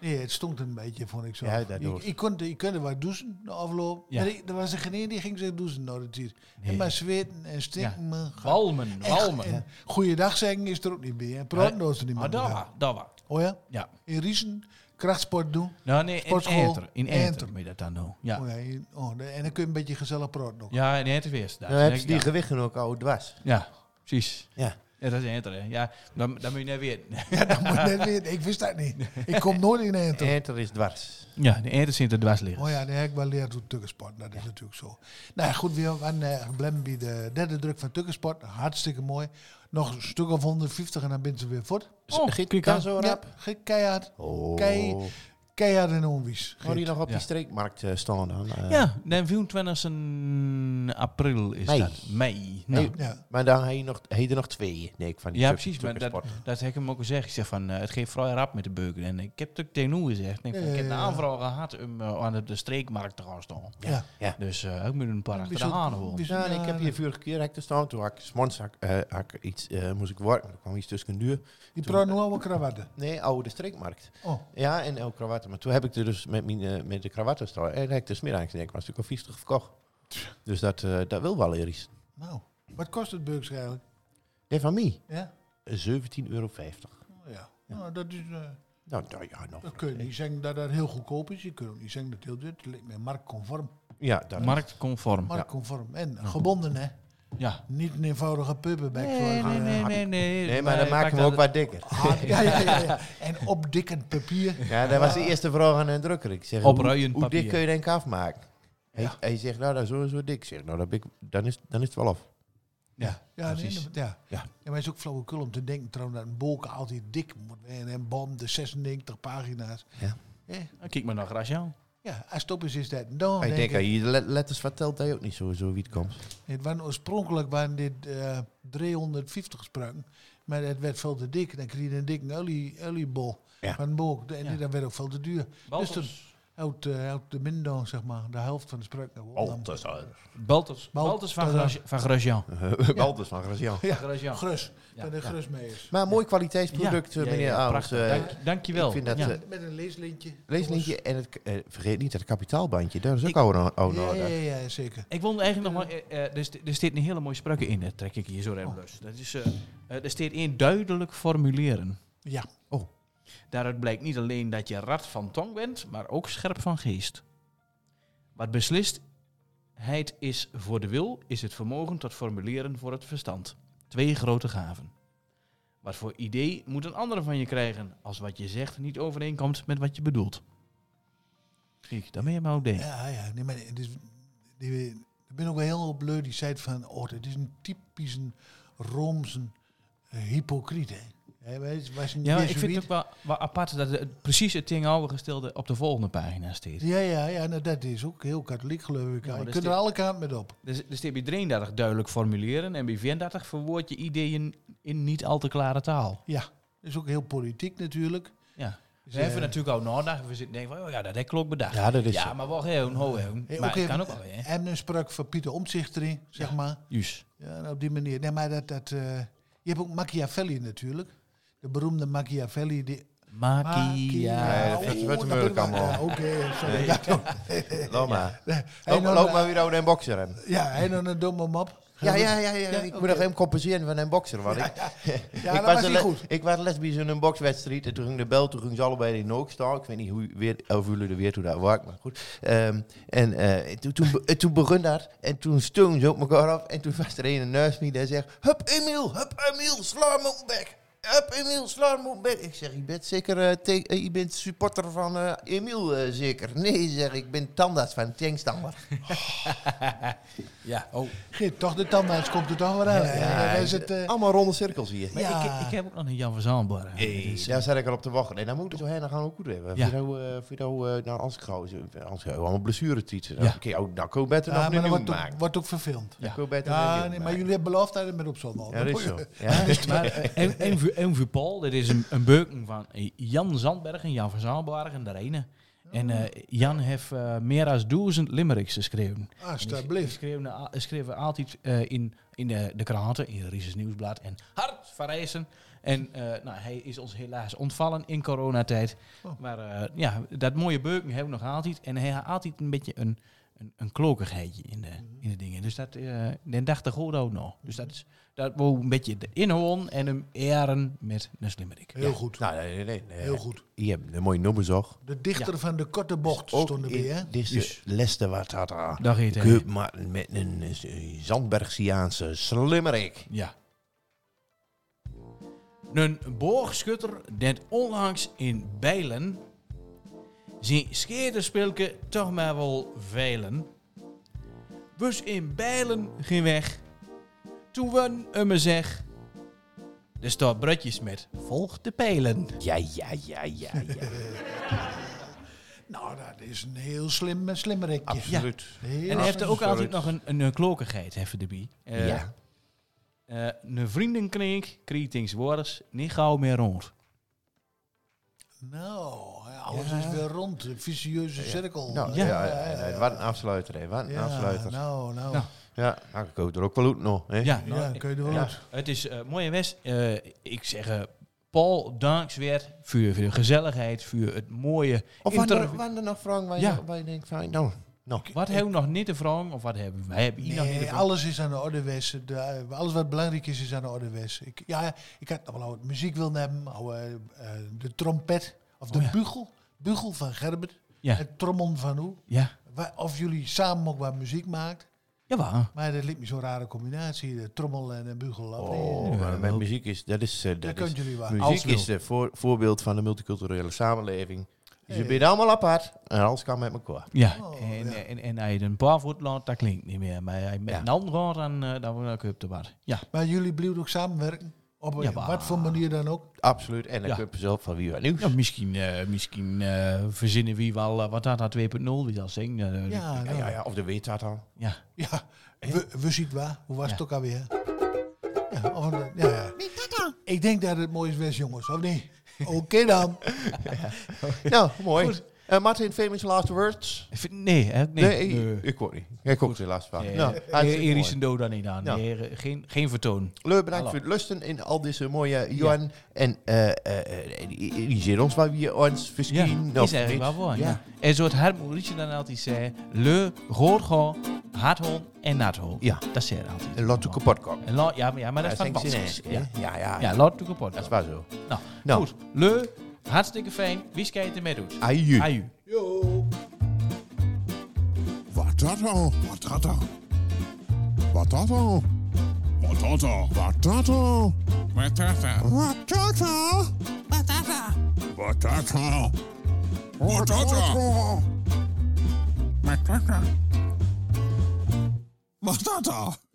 F: Nee, het stond een beetje, vond ik zo.
A: Ja, daardoor.
F: ik, ik, kon, ik kon er wat douchen na afloop.
B: Ja.
F: Maar ik- er was een geen een die ging zich douchen nou dat hier.
B: Nee.
F: En maar zweten en stinken.
B: Ja.
F: man. Ga-
B: Walmen,
F: Echt,
B: walmen.
F: en Goeiedag zeggen is er ook niet bij. En praten is er niet meer.
B: Ah, dat was, dat was.
F: Oh ja?
B: Ja.
F: In Riesen, krachtsport doen.
B: Nou, nee, in
F: Sportschool,
B: Enter. In
F: Enter.
B: Enter moet je dat dan doen. Ja,
F: Oh ja, in- oh, de- en dan kun je een beetje gezellig praten ook.
B: ja in Enter weer.
A: Dan hebben ze Nou, die gewichten ook al dwars.
B: Ja, precies.
A: Ja.
B: Ja, dat is Enter, hè. Ja, dan, dan moet je net weer...
F: <laughs>
B: <laughs>
F: Dat moet net weer- ik wist dat niet. Ik kom nooit in Eindhoven.
A: Enter is dwars.
B: Ja, de Enter zit er dwars liggen.
F: Oh ja, daar heb ik wel geleerd hoe tukkensport. Dat is natuurlijk zo. Nou ja, goed, we waren eh gebleven bij de derde druk van tukkensport. Hartstikke mooi. Nog een stuk of 150 en dan bent ze weer voort.
B: Oh,
A: Giet
B: kijk
A: kan
B: aan.
A: zo
F: Ja,
A: rap.
F: ge- keihard.
A: Oh.
F: Kei, keihard en onwies.
A: Gaan die
F: Geert.
A: nog op
B: Ja.
A: die streekmarkt eh, staan dan? Eh,
B: Ja, de 24 april is
A: Mei.
B: dat. Mei. Nou,
A: Nee,
F: Ja.
A: Maar dan heb je, nog, heb je er nog twee, denk ik, van die
B: ja,
A: tuk-
B: precies. Maar dat,
A: tukkensporten.
B: dat heb ik hem ook gezegd. Ik zeg van, eh, het geeft vrij rap met de beuken. En ik heb het ook tegen hoe gezegd. Ik, denk van, ik heb de
F: Ja, ja, ja.
B: aanvraag gehad om eh, aan de, de streekmarkt te gaan staan.
F: Ja.
B: Dus eh ik moet een paar achter de
F: Bijzonder-
B: hanen horen.
A: Ja, en ik heb
F: bijzonder-
A: hier vorige keer hek te staan. Toen had ik 's morgens had ik, eh, had ik iets, eh, moest ik werken. Er kwam iets tussen de duur.
F: Die praat nu allemaal kravatten.
A: Nee, oude streekmarkt.
F: Oh,
A: Ja, en ook krawatten. Maar toen heb ik er dus met, mijn, eh, met de krawatten staan. En heb ik de smiddags, denk ik, maar een stuk of 50 verkocht. Dus dat, eh, dat wil wel eerst.
F: nou. Wat kost het beuks eigenlijk?
A: Nee, van mij.
F: Ja?
A: 17,50 euro.
F: Oh, ja. Nou, dat is... eh,
A: Nou, nou ja, nog.
F: dan kun je niet zeggen dat dat heel goedkoop is. Je kunt ook niet zeggen dat heel duur is. Het lijkt mij marktconform.
A: Ja, dat
B: Marktconform.
F: Marktconform. En gebonden, hè.
B: Ja.
F: Niet een eenvoudige puppenbek. zoals, eh,
B: nee. Nee,
A: Nee, maar dan maken we ook wat dikker.
B: <laughs>
F: Ah, ja, ja, ja, ja. En opdikkend papier.
A: Ja, dat was de eerste vraag aan een drukker. Ik zeg,
B: Op
A: hoe,
B: ruiend
A: hoe dik
B: papier.
A: kun je denk afmaken? Hij, hij zegt, nou, dat is sowieso dik. Ik zeg, nou, dat ben ik- dan, is, dan is het wel af.
B: Ja,
F: Ja, nee,
B: precies.
F: dat- ja.
A: Ja.
F: ja, maar het is ook flauwekul om te denken trouwens dat een bolken altijd dik moet zijn. En bam, de 96 pagina's.
A: Ja.
F: Ja,
B: Dan Kijk maar naar Grasjean.
F: ja, als het op is, is dat dan.
A: ik denk,
F: denk ik.
A: je le- letters vertelt hij ook niet sowieso wie het komt.
F: Het waren oorspronkelijk waren dit eh 350 sprang. Maar het werd veel te dik. Dan kreeg je een dikke olie- oliebol
A: Ja.
F: van een bolk. En
B: Ja.
F: dat werd ook veel te duur.
B: Baltus.
F: Dus dan houdt, eh, houdt de minder, zeg maar, de helft van de spruik nog
A: <laughs>
F: op.
B: Baltus. Baltus van,
F: Baltus.
B: Gras- van Grasjean.
A: Baltus van Grazian.
F: Ja,
B: Grasjean.
F: grus.
B: Ja.
F: Dat er grus mee is.
A: Maar mooi kwaliteitsproduct,
B: Ja.
A: eh,
B: Ja,
A: meneer
B: ja,
A: Aals.
B: prachtig.
A: Eh,
B: Dank, dankjewel.
A: ik vind dat,
B: Ja.
A: eh,
F: Met een leeslintje.
A: Leeslintje en het, eh, vergeet niet dat kapitaalbandje, daar is ook oude oude
B: Oh, nou,
F: Ja,
A: orde.
F: ja, ja, ja, zeker.
B: Ik wilde eigenlijk nog maar. eh, eh, er, st- er staat een hele mooie sprake in, dat trek ik hier zo
A: Oh.
B: even los. Dat is, eh, eh, er staat in duidelijk formuleren.
F: Ja.
B: Daaruit blijkt niet alleen dat je rad van tong bent, maar ook scherp van geest. Wat beslistheid is voor de wil, is het vermogen tot formuleren voor het verstand. Twee grote gaven. Wat voor idee moet een ander van je krijgen als wat je zegt niet overeenkomt met wat je bedoelt? Kijk, dan ben je maar ook denken.
F: Ja, ja. Nee, maar het is, die, ik ben ook wel heel bleu die zei van... Oh, dit is een typische Roomse eh, hypocriet, hè. Hij was- was een
B: Ja, maar ik
F: Jezuïet.
B: vind het ook wel, wel apart dat het, precies het tegenovergestelde op de volgende pagina staat.
F: Ja, ja, ja. Nou, dat is ook heel katholiek, geloof ik.
B: maar
F: je
B: dat
F: kunt
B: is
F: er alle kanten met op.
B: Dus, dus bij 33 duidelijk formuleren en bij 34 verwoord je ideeën in niet al te klare taal.
F: Ja. Dat is ook heel politiek, natuurlijk.
B: Ja.
F: Dus,
B: We hebben
F: eh,
B: natuurlijk ook nagedacht. We zitten denken van, oh ja, dat heb ik ook bedacht.
A: Ja, dat is
B: Ja,
A: zo.
B: maar wacht even, ho even.
F: eh,
B: Maar het
F: ook even-
B: kan ook wel weer. hè.
F: En een sprak van Pieter Omtzigt erin, zeg maar.
B: Juus.
F: Ja, en op die manier. Nee, maar dat, dat, eh, je hebt ook Machiavelli natuurlijk. De beroemde Machiavelli. Die,
B: Makia.
A: Nee, dat vindt ze wel te
F: Oeh,
A: moeilijk
F: dat ben ik-
A: allemaal.
F: ja, Oké, sorry. Ja, nou,
A: Loop maar.
F: hij
A: Loop,
F: nog
A: loop
F: een-
A: maar weer over een boxer hem.
F: Ja, hij nog een domme map.
A: Ja, ja, ja, ja. ik moet nog even compenseren van een boxer. Want ik,
F: Ja,
A: ik,
F: dat
A: was
F: was
A: de
F: niet
A: le-
F: goed.
A: ik was lesbisch in een bokswedstrijd. En toen ging de bel, toen ging ze allebei in de nook staan. Ik weet niet hoe, weer, of jullie er weer toe daar waren, maar goed. Ehm, en eh, toen, toen, be- toen begon dat. En toen stonden ze op elkaar af. En toen was er een in neus die zegt... Hup Emiel, hup Emiel, sla hem op de bek. Hup Emiel, sla hem op de bek. Ik zeg, je bent zeker eh, te- eh, je bent supporter van eh, Emiel eh, zeker. Nee, zeg, ik ben tandarts van Tengstammer.
B: Ja, oh.
F: Geet, toch de tandarts komt er toch wel aan. Ja, dat is het, eh,
A: Allemaal ronde cirkels hier.
B: Maar
F: Ja.
B: Ik, ik heb ook nog een Jan van Zandberg.
A: Nee, daar zat ik al op te wachten. En dan moeten we heen, dan gaan we ook goed hebben.
B: Ja.
A: Ja. Voor jou, eh nou, anders gaan we anders gaan we allemaal blessure tieten. Dan
B: Ja.
A: kun je ook, nou, kun je beter
F: ja,
A: nog
F: maar
A: een
F: dat
A: nieuw
F: wordt ook,
A: maken.
F: wordt ook verfilmd.
A: Dan kun je beter nog een
F: Ja,
A: nieuwe
F: nee, maar
A: maken.
F: jullie hebben beloofd dat het met op zal wel.
A: Ja, dat is zo. Ja.
B: Ja, maar, eh, en, en, voor, en voor Paul, dit is een, een beuken van eh, Jan Zandberg en Jan van Zaalberg en de Rene. En eh, Jan heeft eh, meer dan duizend limericks geschreven.
F: Alsjeblieft.
B: Schreven, schreven altijd eh, in, in de, de kranten, in Rieses Nieuwsblad en Hart van Rijssen. En eh, nou, hij is ons helaas ontvallen in coronatijd. Maar eh, ja, dat mooie beuken hebben we nog altijd. En hij had altijd een beetje een, een, een klokigheidje in de, in de dingen. Dus dat eh den dacht de God ook nog. Dus dat is dat we een beetje de inhoorn en hem eren met een slimmerik.
F: Heel goed.
A: Nou, nee, nee, nee, nee.
F: Heel goed.
A: Je hebt een mooie nummer, zag.
F: De dichter van de korte bocht stond erbij, hè?
A: Dit is
B: Dus.
A: de Leste Watata.
B: Dag heet hij.
A: ah. Keup maar met een eh, Zandbergsiaanse slimmerik.
B: Ja. Een boogschutter dat onlangs in Bijlen zijn scheerderspilke toch maar wel veilen. Dus in Bijlen ging weg. Toen we hem zeg. Er staat bratjes met volg de pijlen.
A: Ja, ja, ja, ja, ja.
F: Nou, dat is een heel slim, slimmerikje.
A: Absoluut.
F: Heel
B: En hij heeft er ook
F: slim.
B: altijd nog een, een, eh, klokigheid, even de bie. Eh,
A: ja.
B: eh, een vriendenkring, kreetings woorders, niet gauw meer rond.
F: Nou, ja, alles is weer rond. Een vicieuze cirkel.
A: Nou, ja, ja, ja, ja. wat een afsluiter, hè. Wat een
F: Ja,
A: afsluiter.
F: Nou, nou.
B: Nou.
A: Ja, nou, ik koop er ook wel uit nog, hè.
B: Ja, nou,
F: Ja, kun je er wel
A: Ja.
F: uit.
B: Het is eh mooie West. Eh, ik zeg eh, Paul, danks weer voor, voor de gezelligheid, voor het mooie.
A: Of waren
B: inter-
A: er, waren er nog vragen waar je,
B: Ja.
A: waar je denkt van, nou, nou.
B: wat hebben we nog niet te vragen? Of wat hebben we? Wij hebben hier nog niet te
F: Nee,
B: vragen.
F: alles is aan de orde wees. De- eh, alles wat belangrijk is, is aan de orde wees. Ik, ja, ik had nog wel oude muziek willen hebben. oude, eh, de trompet. Of de
B: Oh ja.
F: bugel. Bugel van Gerbert.
B: Ja.
F: Het trommel van hoe.
B: Ja,
F: Wa- Of jullie samen ook wat muziek maakt.
B: jawel.
F: Maar dat liep me zo'n rare combinatie. De trommel en de bugel. Dat-
A: Oh, maar met muziek is, dat is, eh,
F: dat
A: dat is
F: kunnen jullie wel.
B: Als
A: Muziek
B: wil.
A: is het voor, voorbeeld van de multiculturele samenleving. Dus je bent allemaal apart en alles kan met elkaar.
B: Ja,
F: Oh,
B: en,
F: ja.
B: eh, En, en hij een paar voet laat, dat klinkt niet meer. Maar hij met
A: Ja.
B: een ander raad, dan, eh, dan word ik op de bar. Ja,
F: Maar jullie blijven ook samenwerken. Op een-
B: Ja, maar-
F: wat voor manier dan ook.
A: Absoluut. En dan
B: Ja.
A: kun je zelf van wie wat nieuws.
B: ja misschien, eh, misschien eh, verzinnen wie wel eh, wat dat dat 2.0 wie zal zingen. Eh, ja.
F: Ja,
A: Ja,
F: nou,
A: ja,
F: ja,
A: ja, of de weet dat al.
F: We, we zien het waar. Hoe was het
B: Ja.
F: ook alweer? Ja, of een- ja, ja.
G: mi tata,
F: Ik denk dat het mooi is best, jongens, of niet? <laughs> Oké dan.
A: Nou, mooi. Eh, Martin, famous last words?
B: Nee, hè, nee.
A: Nee,
B: nee.
A: ik- ik hoor niet. Ik ook de laatste vraag.
B: Nee,
A: Nou,
B: eh,
A: hartstikke
B: Erie
A: mooi.
B: zijn dood dan niet aan.
A: Ja.
B: Nee, eh, geen, geen vertoon.
A: Leuk, bedankt
B: Hallo.
A: voor het lusten in al deze mooie Johan. En eh, eh, eh, die- die zit ons waar we ons
B: Ja,
A: misschien...
B: is
A: of
B: eigenlijk
A: niet.
B: wel waar.
A: Ja.
B: Ja. En zoals Harmo Rietje dan altijd zei, le, roodgo, hardhol en nathol.
A: Ja.
B: Dat zei hij altijd.
A: En laat ook kapot komen.
B: En la- ja, maar, ja, maar dat is van
A: Ja,
B: Baskers. Ja.
A: ja, ja.
B: ja,
A: ja.
B: laat ook kapot.
A: Dat is waar zo.
B: Nou,
A: Nou.
B: goed. Le, hartstikke fijn. Wie skijt ermee doet.
A: Aju.
B: Aju.
C: Wat dat al?
I: Wat dat dan?
C: Wat dat al?
I: Wat dat dan?
C: Wat dat al?
I: Wat dat dan?
C: Wat dat al?
G: patata,
I: Wat dat dan? Wat dat dan?
C: al?
I: Wat dat dan?
C: Wat dat al?